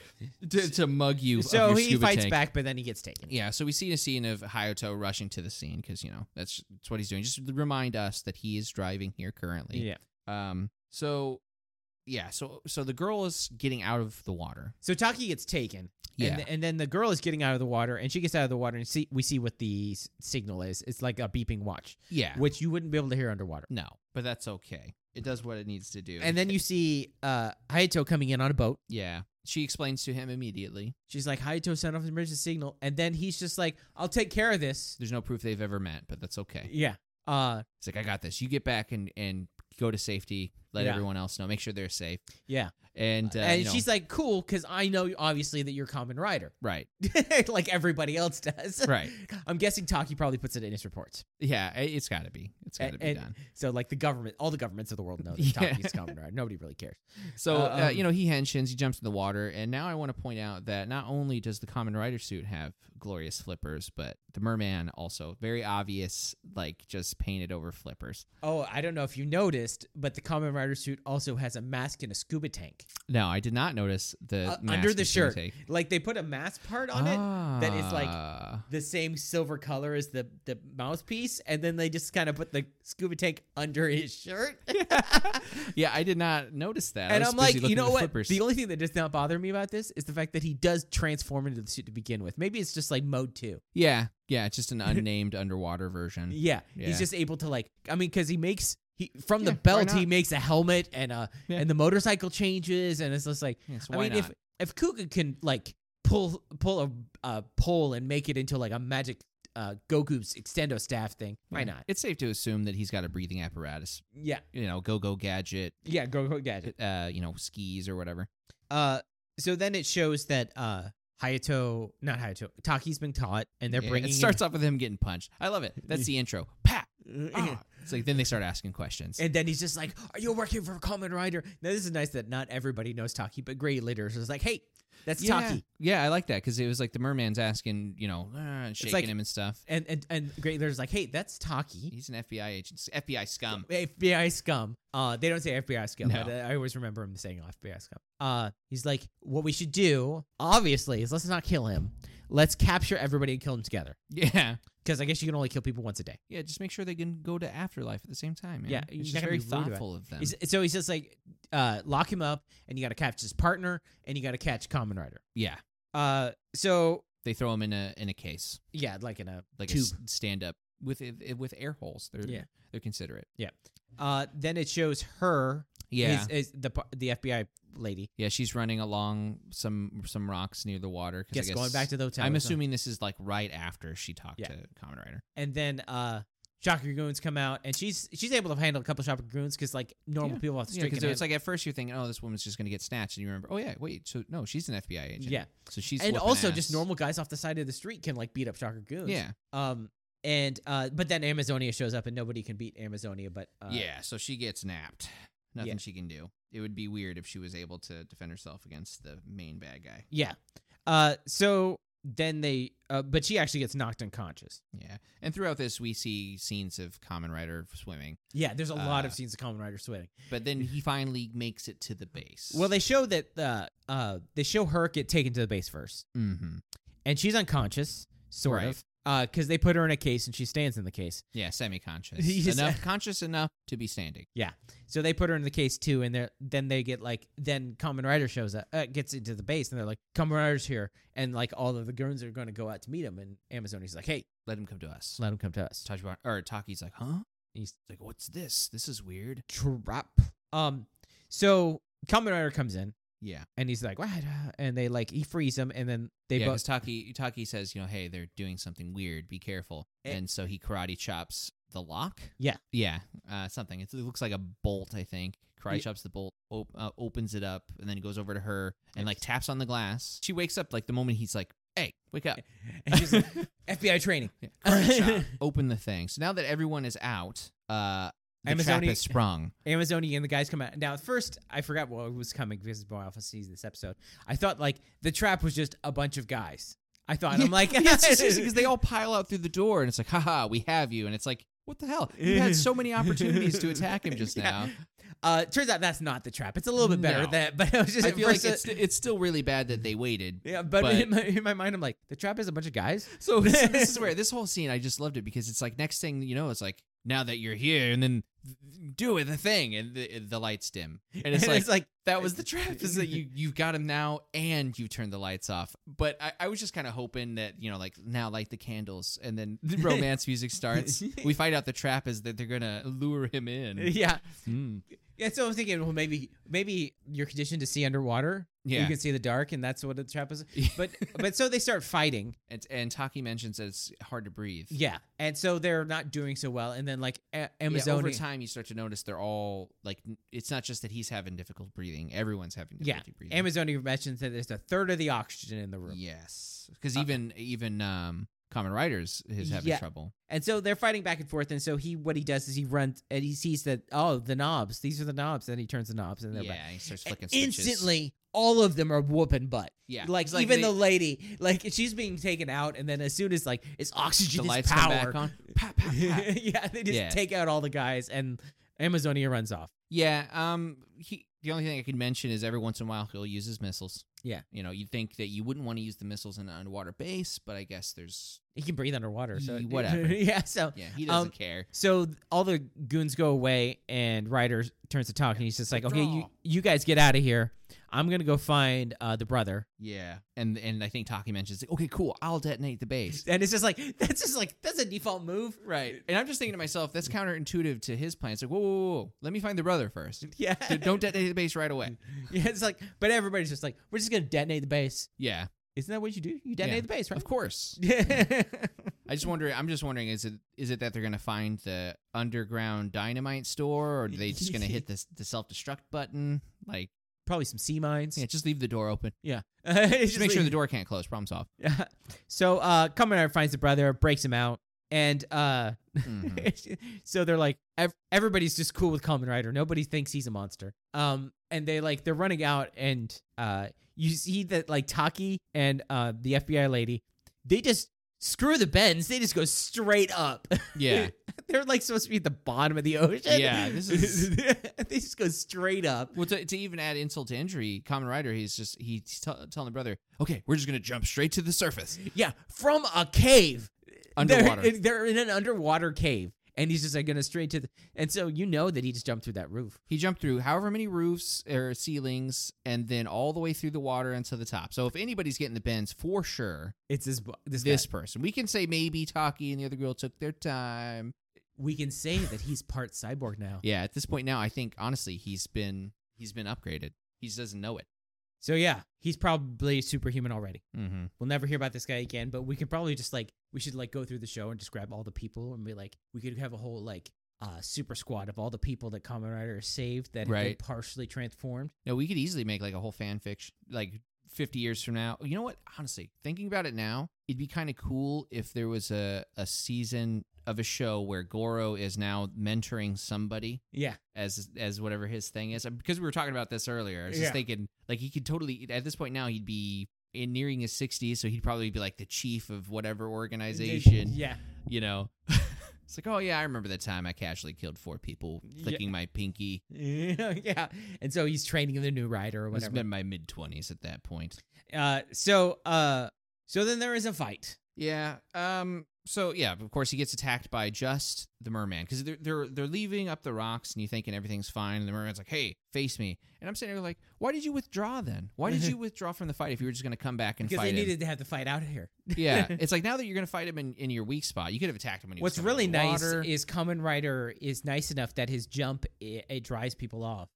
to, to mug you? of So your he scuba fights tank? back, but then he gets taken. Yeah, so we see a scene of Hayato rushing to the scene because you know that's that's what he's doing. Just to remind us that he is driving here currently. Um. So, yeah. So so the girl is getting out of the water. So Taki gets taken. Yeah. And, th- and then the girl is getting out of the water, and she gets out of the water, and see we see what the s- signal is. It's like a beeping watch, yeah. which you wouldn't be able to hear underwater. no, but that's okay. It does what it needs to do. And then you see uh, Hayato coming in on a boat. yeah, she explains to him immediately. She's like, Hayato sent off an emergency signal, and then he's just like, "I'll take care of this." There's no proof they've ever met, but that's okay. Yeah. Uh, It's like, I got this. You get back and and go to safety. Let Yeah. everyone else know. Make sure they're safe. yeah. And uh, and you know, she's like, "Cool," because I know obviously that you're Common Rider. right, like everybody else does. right, I'm guessing Taki probably puts it in his reports. yeah. i- It's got to be. It's got to A- be and- done. So like the government, all the governments of the world know that Yeah. Taki's common right. Nobody really cares. So uh, uh, um, you know, he henshins. He jumps in the water. And now I want to point out that not only does the common rider suit have glorious flippers, but the merman also very obvious, like just painted over flippers. Oh, I don't know if you noticed, but the common rider suit also has a mask and a scuba tank No, I did not notice the uh, mask under the is gonna shirt. take- Like they put a mask part Oh. on it, that is, like- Ah. the same silver color as the the mouthpiece, and then they just kind of put the scuba tank under his shirt. yeah, I did not notice that. I and was I'm busy like, looking you at know the what? Flippers. The only thing that does not bother me about this is the fact that he does transform into the suit to begin with. Maybe it's just like mode two. Yeah, yeah, it's just an unnamed underwater version. Yeah, Hmm. Yeah. he's just able to like. I mean, because he makes he from the Yeah, why belt he not? makes a helmet and uh Yeah. and the motorcycle changes and it's just like Yeah, so I why mean not? if if Kuga can like pull pull a, a pole and make it into like a magic uh Goku's extendo staff thing, why Yeah. not? It's safe to assume that he's got a breathing apparatus. Yeah, You know, go go gadget. yeah, go go gadget. Uh, you know, skis or whatever. Uh, so then it shows that uh Hayato, not Hayato, Taki's been caught and they're Yeah, bringing It in- starts off with him getting punched. I love it. That's the intro. Pat. Ah. It's like then they start asking questions. And then he's just like, "Are you working for Common Rider?" Now this is nice that not everybody knows Taki, but Gray later is like, "Hey, that's yeah, Taki." yeah, I like that because it was like the merman's asking, you know, uh, and shaking like- him and stuff. And and and Gray later's like, "Hey, that's Taki." He's an FBI agent, FBI scum. FBI scum. Uh, they don't say FBI scum, No. but uh, I always remember him saying FBI scum. Uh, he's like, "What we should do, obviously, is let's not kill him. Let's capture everybody and kill them together." Yeah, Because I guess you can only kill people once a day. yeah. Just make sure they can go to afterlife at the same time. Man. Yeah, you're it's just not gonna very be rude about it. thoughtful of them. He's- so he's just like, uh, lock him up, and you got to catch his partner, and you got to catch Common Rider. yeah, Uh, so they throw him in a in a case. yeah, like in a like Tube. a stand up with it- it- with air holes. They're Yeah. they're considerate. Uh, then it shows her Yeah. His- his- the par- the FBI lady. yeah, she's running along some some rocks near the water. 'cause I Yes, guess going back to the hotel. I'm or something. assuming this is like right after she talked Yeah. to Common Rider. And then uh, Shocker Goons come out, and she's she's able to handle a couple Shocker Goons because like normal Yeah. people off the Yeah, street. because can it's like at first you're thinking, oh, this woman's just gonna get snatched, and you remember, oh yeah, wait, so no, she's an FBI agent. handle- yeah, So she's and whooping also ass. just normal guys off the side of the street can like beat up Shocker Goons. Yeah, Um. And uh, but then Amazonia shows up, and nobody can beat Amazonia. But uh, yeah. So she gets napped. Nothing Yeah. she can do. It would be weird if she was able to defend herself against the main bad guy. Yeah. Uh, so then they, uh, but she actually gets knocked unconscious. Yeah, and throughout this we see scenes of Common Rider swimming, Yeah, there's a lot Uh, of scenes of Common Rider swimming. but then he finally makes it to the base. Mm-hmm. Well, they show that uh, uh, they show her get taken to the base first, mm-hmm. and she's unconscious, sort Right. of, because they put her in a case and she stands in the case. yeah, He semi-conscious just- enough, conscious enough to be standing. So they put her in the case too, and they're, then they get like, then Common Rider shows up, uh, gets into the base, and they're like, Common Rider's here, and like all of the goons are going to go out to meet him, and Amazonia's like, hey, Let him come to us. let him come to us. Tajibar or Taki's like, huh? He's- like, what's this? This is weird. Trap. Um, so Common Rider comes in. Yeah, and he's like, what? And they like he frees him, and then they yeah. both Because Taki Taki says, you know, hey, they're doing something weird. Be careful. Eh. and so he karate chops the lock. Yeah. yeah, uh, something. It's, it looks like a bolt. I think karate Ye- chops the bolt, op- uh, opens it up, and then goes over to her and like taps on the glass. She wakes up like the moment he's like, hey, wake up. and she's like, FBI training. Yeah. Karate chop. Open the thing. So now that everyone is out, uh, the trap Amazoni- is sprung. Amazonia and the guys come out. Now, at first, I forgot what was coming because Boy Alpha sees this episode. I thought like the trap was just a bunch of guys. I thought I'm like, yeah, it's just because they all pile out through the door, and it's like, haha, we have you. And it's like, what the hell? You had so many opportunities to attack him just Yeah. now. Uh, turns out that's not the trap. It's a little bit better No. that, but I was just I at feel like first, it's it's still really bad that they waited. yeah. But, but- in, my, in my mind, I'm like, the trap is a bunch of guys. So this is where this whole scene I just loved it because it's like next thing you know it's like now that you're here and then do it the thing and the, the lights dim and it's And like it's like that was the trap is that you you got him now and you turned the lights off but I, I was just kind of hoping that you know like now light the candles and then the romance music starts we find out the trap is that they're gonna lure him in yeah. Hmm. Yeah, so I was thinking, well, maybe maybe you're conditioned to see underwater. Yeah. you can see the dark, and that's what the trap is. But but so they start fighting. and and Taki mentions that it's hard to breathe Yeah, and so they're not doing so well. And then like a- Yeah, over Amazonia, time, you start to notice they're all like, n- it's not just that he's having difficult breathing. Everyone's having Yeah, difficulty breathing. Amazonia mentions that there's a third of the oxygen in the room, Yes, because Uh, even even um, common writers is having Yeah. trouble. and so they're fighting back and forth. And so he what he does is he runs and he sees that oh the knobs these are the knobs. Then he turns the knobs and Yeah, they're back. he starts And flicking stitches. instantly, all of them are whooping butt. Yeah, Like, it's even they- the lady, like she's being taken out, and then as soon as like it's oxygen, the is lights come power. back on. Pop, pop, pop. yeah, they just Yeah. take out all the guys and Amazonia runs off. yeah. Um. He. The only thing I could mention is every once in a while he'll use his missiles. Yeah. You know, you'd think that you wouldn't want to use the missiles in an underwater base, but I guess there's. He can breathe underwater, so Ye- whatever. yeah, so Yeah, he doesn't Um, care. so th- all the goons go away, and Ryder turns to talk, and he's just like, "Okay, you Withdraw. you guys get out of here. I'm gonna go find uh, the brother." Yeah, and and I think Taki mentions, like, okay, cool, I'll detonate the base. And it's just like that's just like that's a default move, Right. And I'm just thinking to myself, that's counterintuitive to his plan. It's like, whoa, whoa, whoa, whoa. let me find the brother first. Yeah, D- Don't detonate the base right away. yeah, it's like, but everybody's just like, "We're just gonna detonate the base." Yeah, Isn't that what you do? You detonate Yeah. the base, right? of course. Yeah. I just wonder. I'm just wondering, is it is it that they're gonna find the underground dynamite store, or are they just gonna hit the the self destruct button? Like, Probably some sea mines. yeah, just leave the door open. just Just make sure like- the door can't close. Problem solved. Yeah. So uh Kamen finds the brother, breaks him out, and uh Mhm. so they're like ev- everybody's just cool with Kamen Rider. Nobody thinks he's a monster. Um and they like they're running out and uh you see that like Taki and uh the FBI lady, they just screw the bends, they just go straight up. Yeah, they're like supposed to be at the bottom of the ocean. Yeah, this is- they just go straight up. Well, to, to even add insult to injury, Common Rider, he's just he's t- telling the brother, "Okay, we're just gonna jump straight to the surface Yeah, from a cave. underwater." They're, they're in an underwater cave, and he's just like gonna straight to the. And so you know that he just jumped through that roof. He jumped through however many roofs or ceilings, and then all the way through the water and to the top. So if anybody's getting the bends, for sure, It's this bu- this, this guy. person. We can say maybe Taki and the other girl took their time. we can say that he's part cyborg now. Yeah, at this point now, I think honestly he's been he's been upgraded. He just doesn't know it. So yeah, he's probably superhuman already. Mm-hmm. We'll never hear about this guy again, but we could probably just like we should like go through the show and just grab all the people and be like we could have a whole like uh super squad of all the people that Kamen Rider has saved that have been Right. partially transformed. No, we could easily make like a whole fan fiction, like 50 years from now. You know what? Honestly, thinking about it now, it'd be kind of cool if there was a, a season of a show where Goro is now mentoring somebody Yeah. as as whatever his thing is. Because we were talking about this earlier, I was Yeah. just thinking like he could totally at this point now he'd be in nearing his 60s, so he'd probably be like the chief of whatever organization, Yeah. you know. it's like, "Oh yeah, I remember the time I casually killed four people Yeah. flicking my pinky." yeah. And so he's training the new rider or It must whatever. have been my mid 20s at that point. Uh so uh so then there is a fight. Yeah. Um. So yeah, of course he gets attacked by just the merman because they're they're they're leaving up the rocks and you thinking everything's fine and the merman's like, hey, face me. And I'm sitting there like, why did you withdraw then? Why did you withdraw from the fight if you were just gonna come back and Because they fight him? needed to have the fight out here. yeah. It's like now that you're gonna fight him in, in your weak spot, you could have attacked him when he was What's coming out really of the nice water. is Kamen Rider is nice enough that his jump it, it dries people off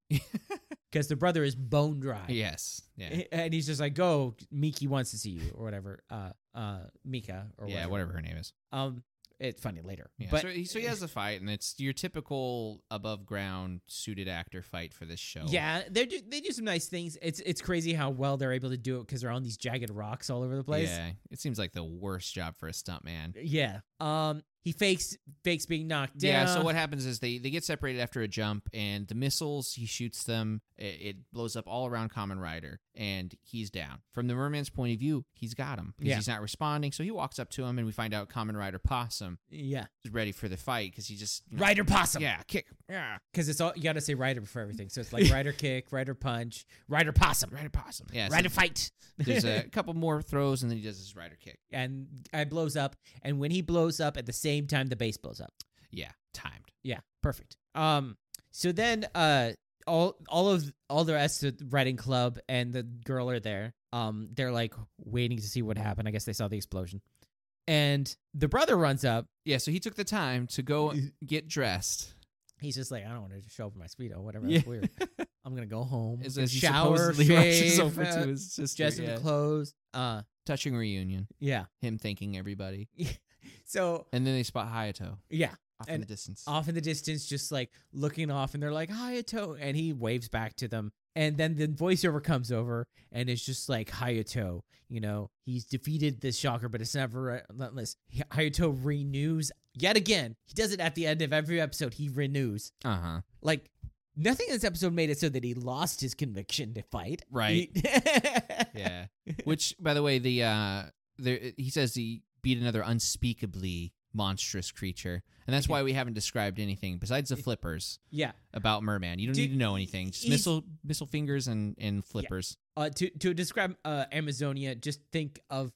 because the brother is bone dry. yes. Yeah. And he's just like, "Go, Miki wants to see you," or whatever. Uh, uh, Mika or Yeah. whatever. Whatever her name is. Um, it's funny later, Yeah. but so, he, so he has a fight and it's your typical above ground suited actor fight for this show. yeah, they do they do some nice things. It's it's crazy how well they're able to do it because they're on these jagged rocks all over the place. Yeah. It seems like the worst job for a stuntman. Yeah. Um, he fakes fakes being knocked down. Yeah. So what happens is they they get separated after a jump, and the missiles he shoots them, it, it blows up all around Common Rider, and he's down. From the merman's point of view, he's got him because Yeah. he's not responding. So he walks up to him, and we find out Common Rider Possum Yeah, is ready for the fight because he just you know, Rider Possum. Yeah, kick. Yeah, because it's all you gotta say Rider before everything. So it's like Rider kick, Rider punch, Rider Possum, Rider Possum. Yeah. so Rider fight. there's a couple more throws, and then he does his Rider kick. and I blows up, and when he blows up, at the same time the base blows up. Yeah, timed. Yeah, perfect. Um, so then uh, all all of all the rest of the Reading Club and the girl are there. Um, they're like waiting to see what happened. I guess they saw the explosion, and the brother runs up. Yeah. So he took the time to go get dressed. He's just like, I don't want to show up in my speedo, whatever. Yeah. That's weird. I'm gonna go home, As, Mm-hmm. and as he shower, supposedly rushes shave, over uh, to his sister. dress in Yeah. the clothes. Uh, Touching reunion. yeah. Him thanking everybody. So And then they spot Hayato yeah, off And in the distance. off in the distance, just like looking off, and they're like, Hayato. And he waves back to them. And then the voiceover comes over and it's just like, Hayato, you know, he's defeated this shocker, but it's never relentless. Hi- Hayato renews yet again. He does it at the end of every episode. He renews. Uh huh. Like, nothing in this episode made it so that he lost his conviction to fight. Right. He- Yeah. Which, by the way, the uh, the he says he beat another unspeakably monstrous creature, and that's why we haven't described anything besides the flippers yeah. about Merman. You don't Dude, need to know anything. Just he's- missile missile fingers and and flippers. Uh, to, to describe uh, Amazonia, just think of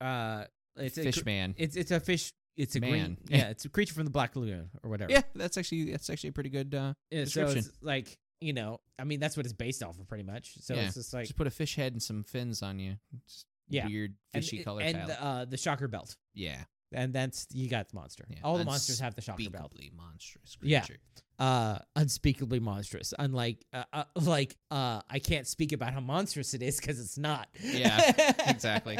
uh, it's a, Fish man. It's it's a fish. It's a Man. green. Yeah, it's a creature from the Black Lagoon or whatever. Yeah, that's actually that's actually a pretty good. Uh, Yeah, so description. it's like you know, I mean, that's what it's based off of, pretty much. So Yeah, it's just like just put a fish head and some fins on you. Just Yeah. weird and- fishy color and palette. the, uh, the shocker belt, yeah, and that's you got the monster. Yeah, All the monsters have the shocker belt. unspeakably monstrous Yeah. creature. Uh, unspeakably monstrous. Unlike uh, uh, like uh, I can't speak about how monstrous it is because it's not. Yeah, exactly.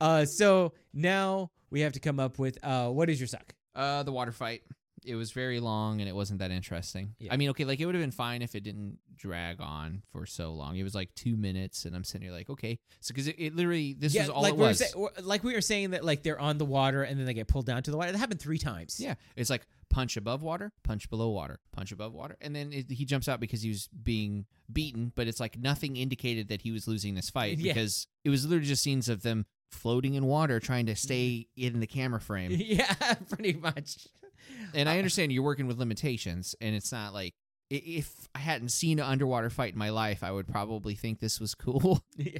uh, so now we have to come up with uh, what is your suck? Uh, the water fight. It was very long and it wasn't that interesting. Yeah. I mean, okay, like it would have been fine if it didn't drag on for so long. It was like two minutes, and I'm sitting here like, okay, so because it, it literally this was all like it we were was. say- w- like we were saying that like they're on the water and then they get pulled down to the water. That happened three times. yeah, it's like punch above water, punch below water, punch above water, and then it, he jumps out because he was being beaten. But it's like nothing indicated that he was losing this fight Yeah. because it was literally just scenes of them floating in water trying to stay in the camera frame. Mm-hmm. yeah, pretty much. And I understand you're working with limitations, and it's not like i- if I hadn't seen an underwater fight in my life, I would probably think this was cool. Yeah.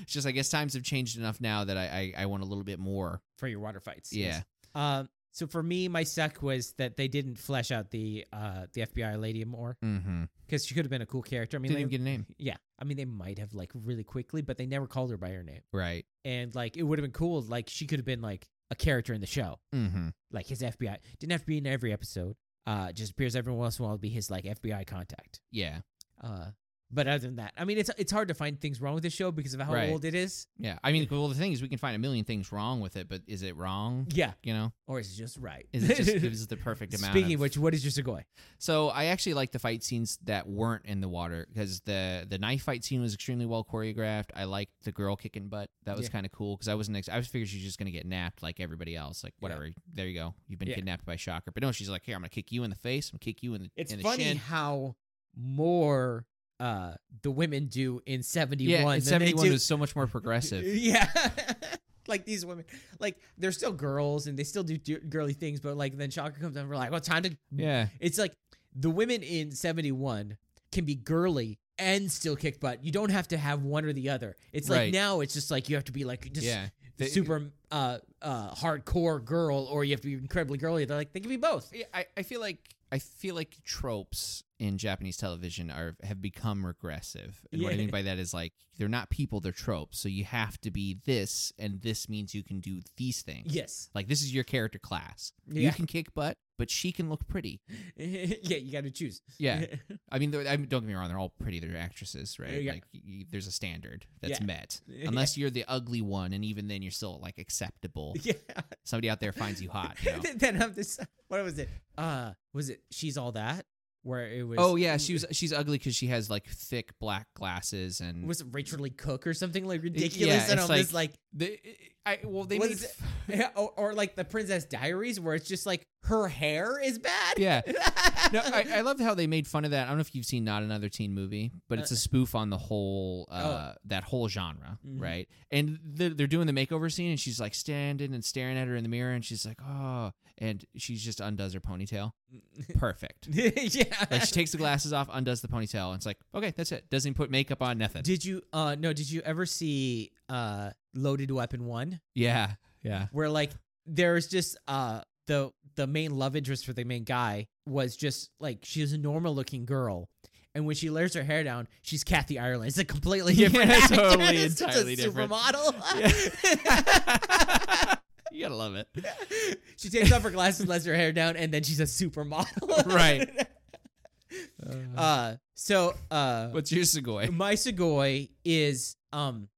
it's just I guess times have changed enough now that I I, I want a little bit more. for your water fights. Yeah, yes. Um. So for me, my suck was that they didn't flesh out the uh the FBI lady more mm-hmm. because she could have been a cool character. I mean, didn't even they, get a name. yeah. I mean, they might have like really quickly, but they never called her by her name, Right. and like it would have been cool. Like she could have been like a character in the show. Mm-hmm. Like his FBI didn't have to be in every episode. Uh, just appears every once in a while to be his like FBI contact. Yeah. Uh, but other than that, I mean, it's it's hard to find things wrong with this show because of how Right. old it is. Yeah. I mean, well, the thing is, we can find a million things wrong with it, but is it wrong? Yeah, You know, or is it just right? is it just is it the perfect amount? Speaking of of which, what is your Segoy? So I actually like the fight scenes that weren't in the water because the the knife fight scene was extremely well choreographed. I liked the girl kicking butt. That was Yeah. kind of cool because I wasn't. Ex- I was figured she's just gonna get napped like everybody else. Like Yeah. whatever. There you go. You've been Yeah. kidnapped by Shocker. But no, she's like, here, I'm gonna kick you in the face. I'm gonna kick you in the It's in the funny shin. how more uh the women do in seventy Yeah, one. and 71 do, was so much more progressive. Yeah. Like these women, like they're still girls and they still do, do girly things, but like then Shocker comes up and we're like, well, time to. yeah, It's like the women in 71 can be girly and still kick butt. You don't have to have one or the other. It's like Right. now it's just like you have to be like just yeah. They- super uh, uh, hardcore girl or you have to be incredibly girly. They're like, they can be both. Yeah, I, I feel like I feel like tropes in Japanese television are have become regressive. And what I mean Yeah. by that is like they're not people, they're tropes. So you have to be this and this means you can do these things. Yes. Like this is your character class. You Yeah. can kick butt, but she can look pretty. yeah, you got to choose. Yeah. I mean, they're- I mean, don't get me wrong, they're all pretty, they're actresses, right? Yeah. Like y- y- there's a standard that's Yeah. met. Unless you're the ugly one and even then you're still like acceptable. yeah. Somebody out there finds you hot, you know? then I'm this. What was it? Uh, was it She's All That? Where it was. Oh yeah, she was she's ugly because she has like thick black glasses and was it Rachel Lee Cook or something like ridiculous? and it's I'm just like, The, I well they What made is it? f- yeah, or, or like the Princess Diaries, where it's just like her hair is bad. yeah. No, I, I loved how they made fun of that. I don't know if you've seen not another teen movie, but it's a spoof on the whole uh, that whole genre, Mhm. right? And they're, they're doing the makeover scene, and she's like standing and staring at her in the mirror, and she's like, oh, and she just undoes her ponytail. Perfect. yeah. like she takes the glasses off, undoes the ponytail, and it's like, okay, that's it. Doesn't put makeup on, nothing. did you uh no? Did you ever see uh Loaded Weapon One, Yeah, yeah. where like there's just uh the the main love interest for the main guy was just like she was a normal looking girl. And when she layers her hair down, she's Kathy Ireland. It's a completely Yeah, different actress. totally, It's a entirely different. Supermodel. You gotta love it. she takes off her glasses, lets her hair down, and then she's a supermodel. Right. Uh, so uh, Uh-huh. What's your segue? my Segoy is um,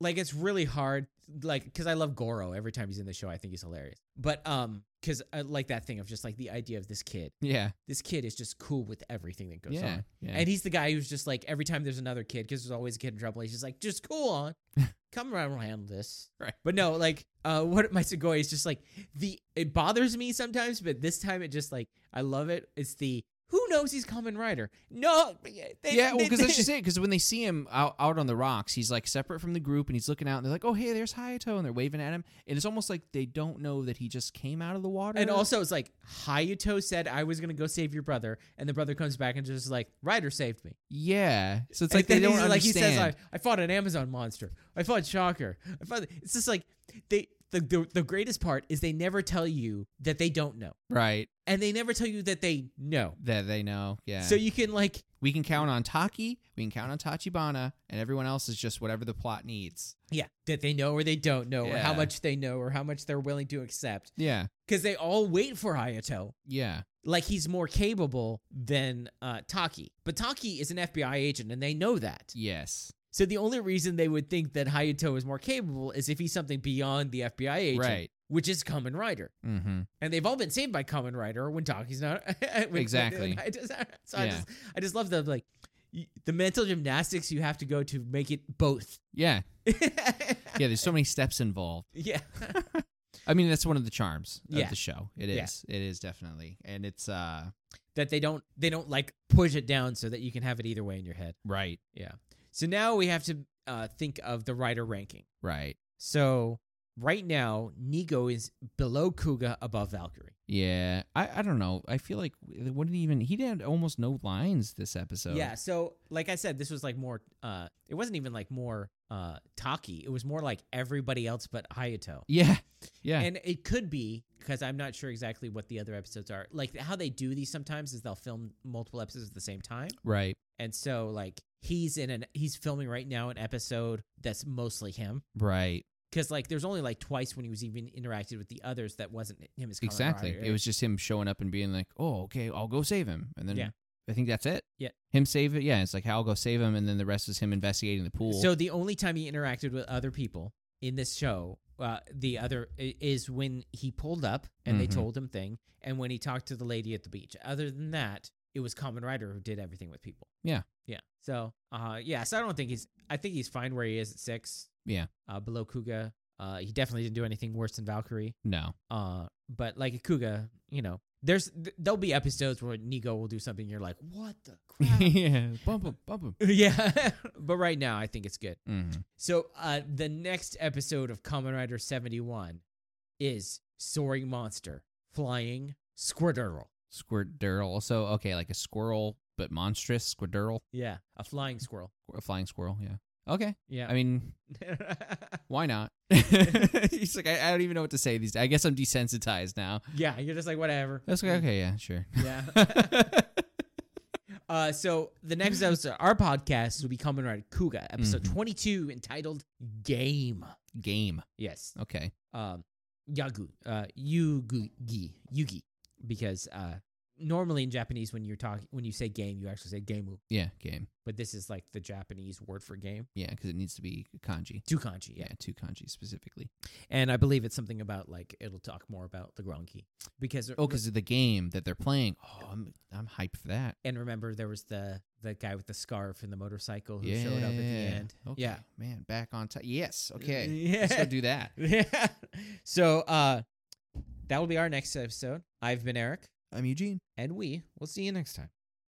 like it's really hard, like because I love Goro. Every time he's in the show, I think he's hilarious. But um, because I like that thing of just like the idea of this kid. Yeah, This kid is just cool with everything that goes yeah, on. yeah. And he's the guy who's just like every time there's another kid, because there's always a kid in trouble. He's just like, just cool on, come around, we'll handle this. Right. But no, like, uh, what my Segoy is just like the. It bothers me sometimes, but this time it just like I love it. It's the who knows he's Common Rider. No, they, yeah, well, they- because that's just it. Because when they see him out, out on the rocks, he's like separate from the group, and he's looking out, and they're like, "Oh, hey, there's Hayato," and they're waving at him, and it's almost like they don't know that he just came out of the water. And also, it's like Hayato said, "I was gonna go save your brother," and the brother comes back and just like, "Ryder saved me." yeah, so it's And like they then don't he's understand. like he says, I, "I fought an Amazon monster. I fought Shocker. I fought." It's just like they. The, the the greatest part is they never tell you that they don't know, right? and they never tell you that they know. That they know. Yeah. So you can like, we can count on Taki, we can count on Tachibana, and everyone else is just whatever the plot needs. yeah, that they know or they don't know, or how Yeah. much they know, or how much they're willing to accept, Yeah, because they all wait for Hayato. yeah, Like he's more capable than uh, Taki, but Taki is an FBI agent, and they know that. yes, So the only reason they would think that Hayato is more capable is if he's something beyond the FBI agent, right. which is Kamen Rider. Mm-hmm. And they've all been saved by Kamen Rider when Taki's not. when- when- Exactly. I just, so I, Yeah. just, I just love the like y- the mental gymnastics you have to go to make it both. Yeah, yeah. There's so many steps involved. yeah. I mean, that's one of the charms Yeah. of the show. It Yeah. is. It is definitely, and it's uh that they don't they don't like push it down so that you can have it either way in your head. right, So now we have to uh, think of the rider ranking. right. So right now, Nigo is below Kuga, above Valkyrie. Yeah, I, I don't know. I feel like it wouldn't even he had almost no lines this episode. Yeah, so like I said, this was like more uh it wasn't even like more uh Taki. It was more like everybody else but Hayato. yeah, yeah, And it could be because I'm not sure exactly what the other episodes are. Like how they do these sometimes is they'll film multiple episodes at the same time. right, And so like he's in an he's filming right now an episode that's mostly him right. because like there's only like twice when he was even interacted with the others that wasn't him as Kamen Exactly. Rider. It was just him showing up and being like, "Oh, okay, I'll go save him," and then Yeah. I think that's it. Yeah. Him save it. Yeah. It's like I'll go save him, and then the rest is him investigating the pool. So the only time he interacted with other people in this show, uh, the other i- is when he pulled up and they Mhm. told him thing, and when he talked to the lady at the beach. Other than that, it was Common Rider who did everything with people. Yeah. yeah. So, uh, yeah. So I don't think he's. I think he's fine where he is at six. Yeah. Uh, below Kuga, uh, he definitely didn't do anything worse than Valkyrie. no. Uh, but like Kuga, you know, there's th- there'll be episodes where Nigo will do something. You're like, what the crap? yeah. Bump him. Bump him. yeah. but right now, I think it's good. Mhm. So uh, the next episode of Kamen Rider 71 is Soaring Monster Flying Squirtle. Squirtle. So okay, like a squirrel, but monstrous. Squirtle. Yeah, a flying squirrel. A flying squirrel. Yeah. Okay. Yeah. I mean, why not? He's like, I, I don't even know what to say these. I guess I'm desensitized now. yeah, you're just like whatever. That's like, okay. Yeah. Sure. Yeah. Uh, so the next episode, our podcast will be Kamen Rider Kuga, episode Mhm. 22, entitled "Game." Game. Yes, Okay. um, Yagu, uh, Yugi, Yugi, because uh, normally in Japanese, when you're talking, when you say game, you actually say "gemu," Yeah. Game. but this is like the Japanese word for game. Yeah, because it needs to be kanji. Dukanji, Yeah, yeah. two kanji specifically. And I believe it's something about like it'll talk more about the Gronki because uh, Oh, because of the game that they're playing. Oh, I'm I'm hyped for that. and remember there was the the guy with the scarf and the motorcycle who showed up at the end. Okay, Yeah. man, back on top. Yes, okay. Let's go Yeah. do that. yeah. So uh that will be our next episode. I've been Eric I'm Eugene. and we will see you next time.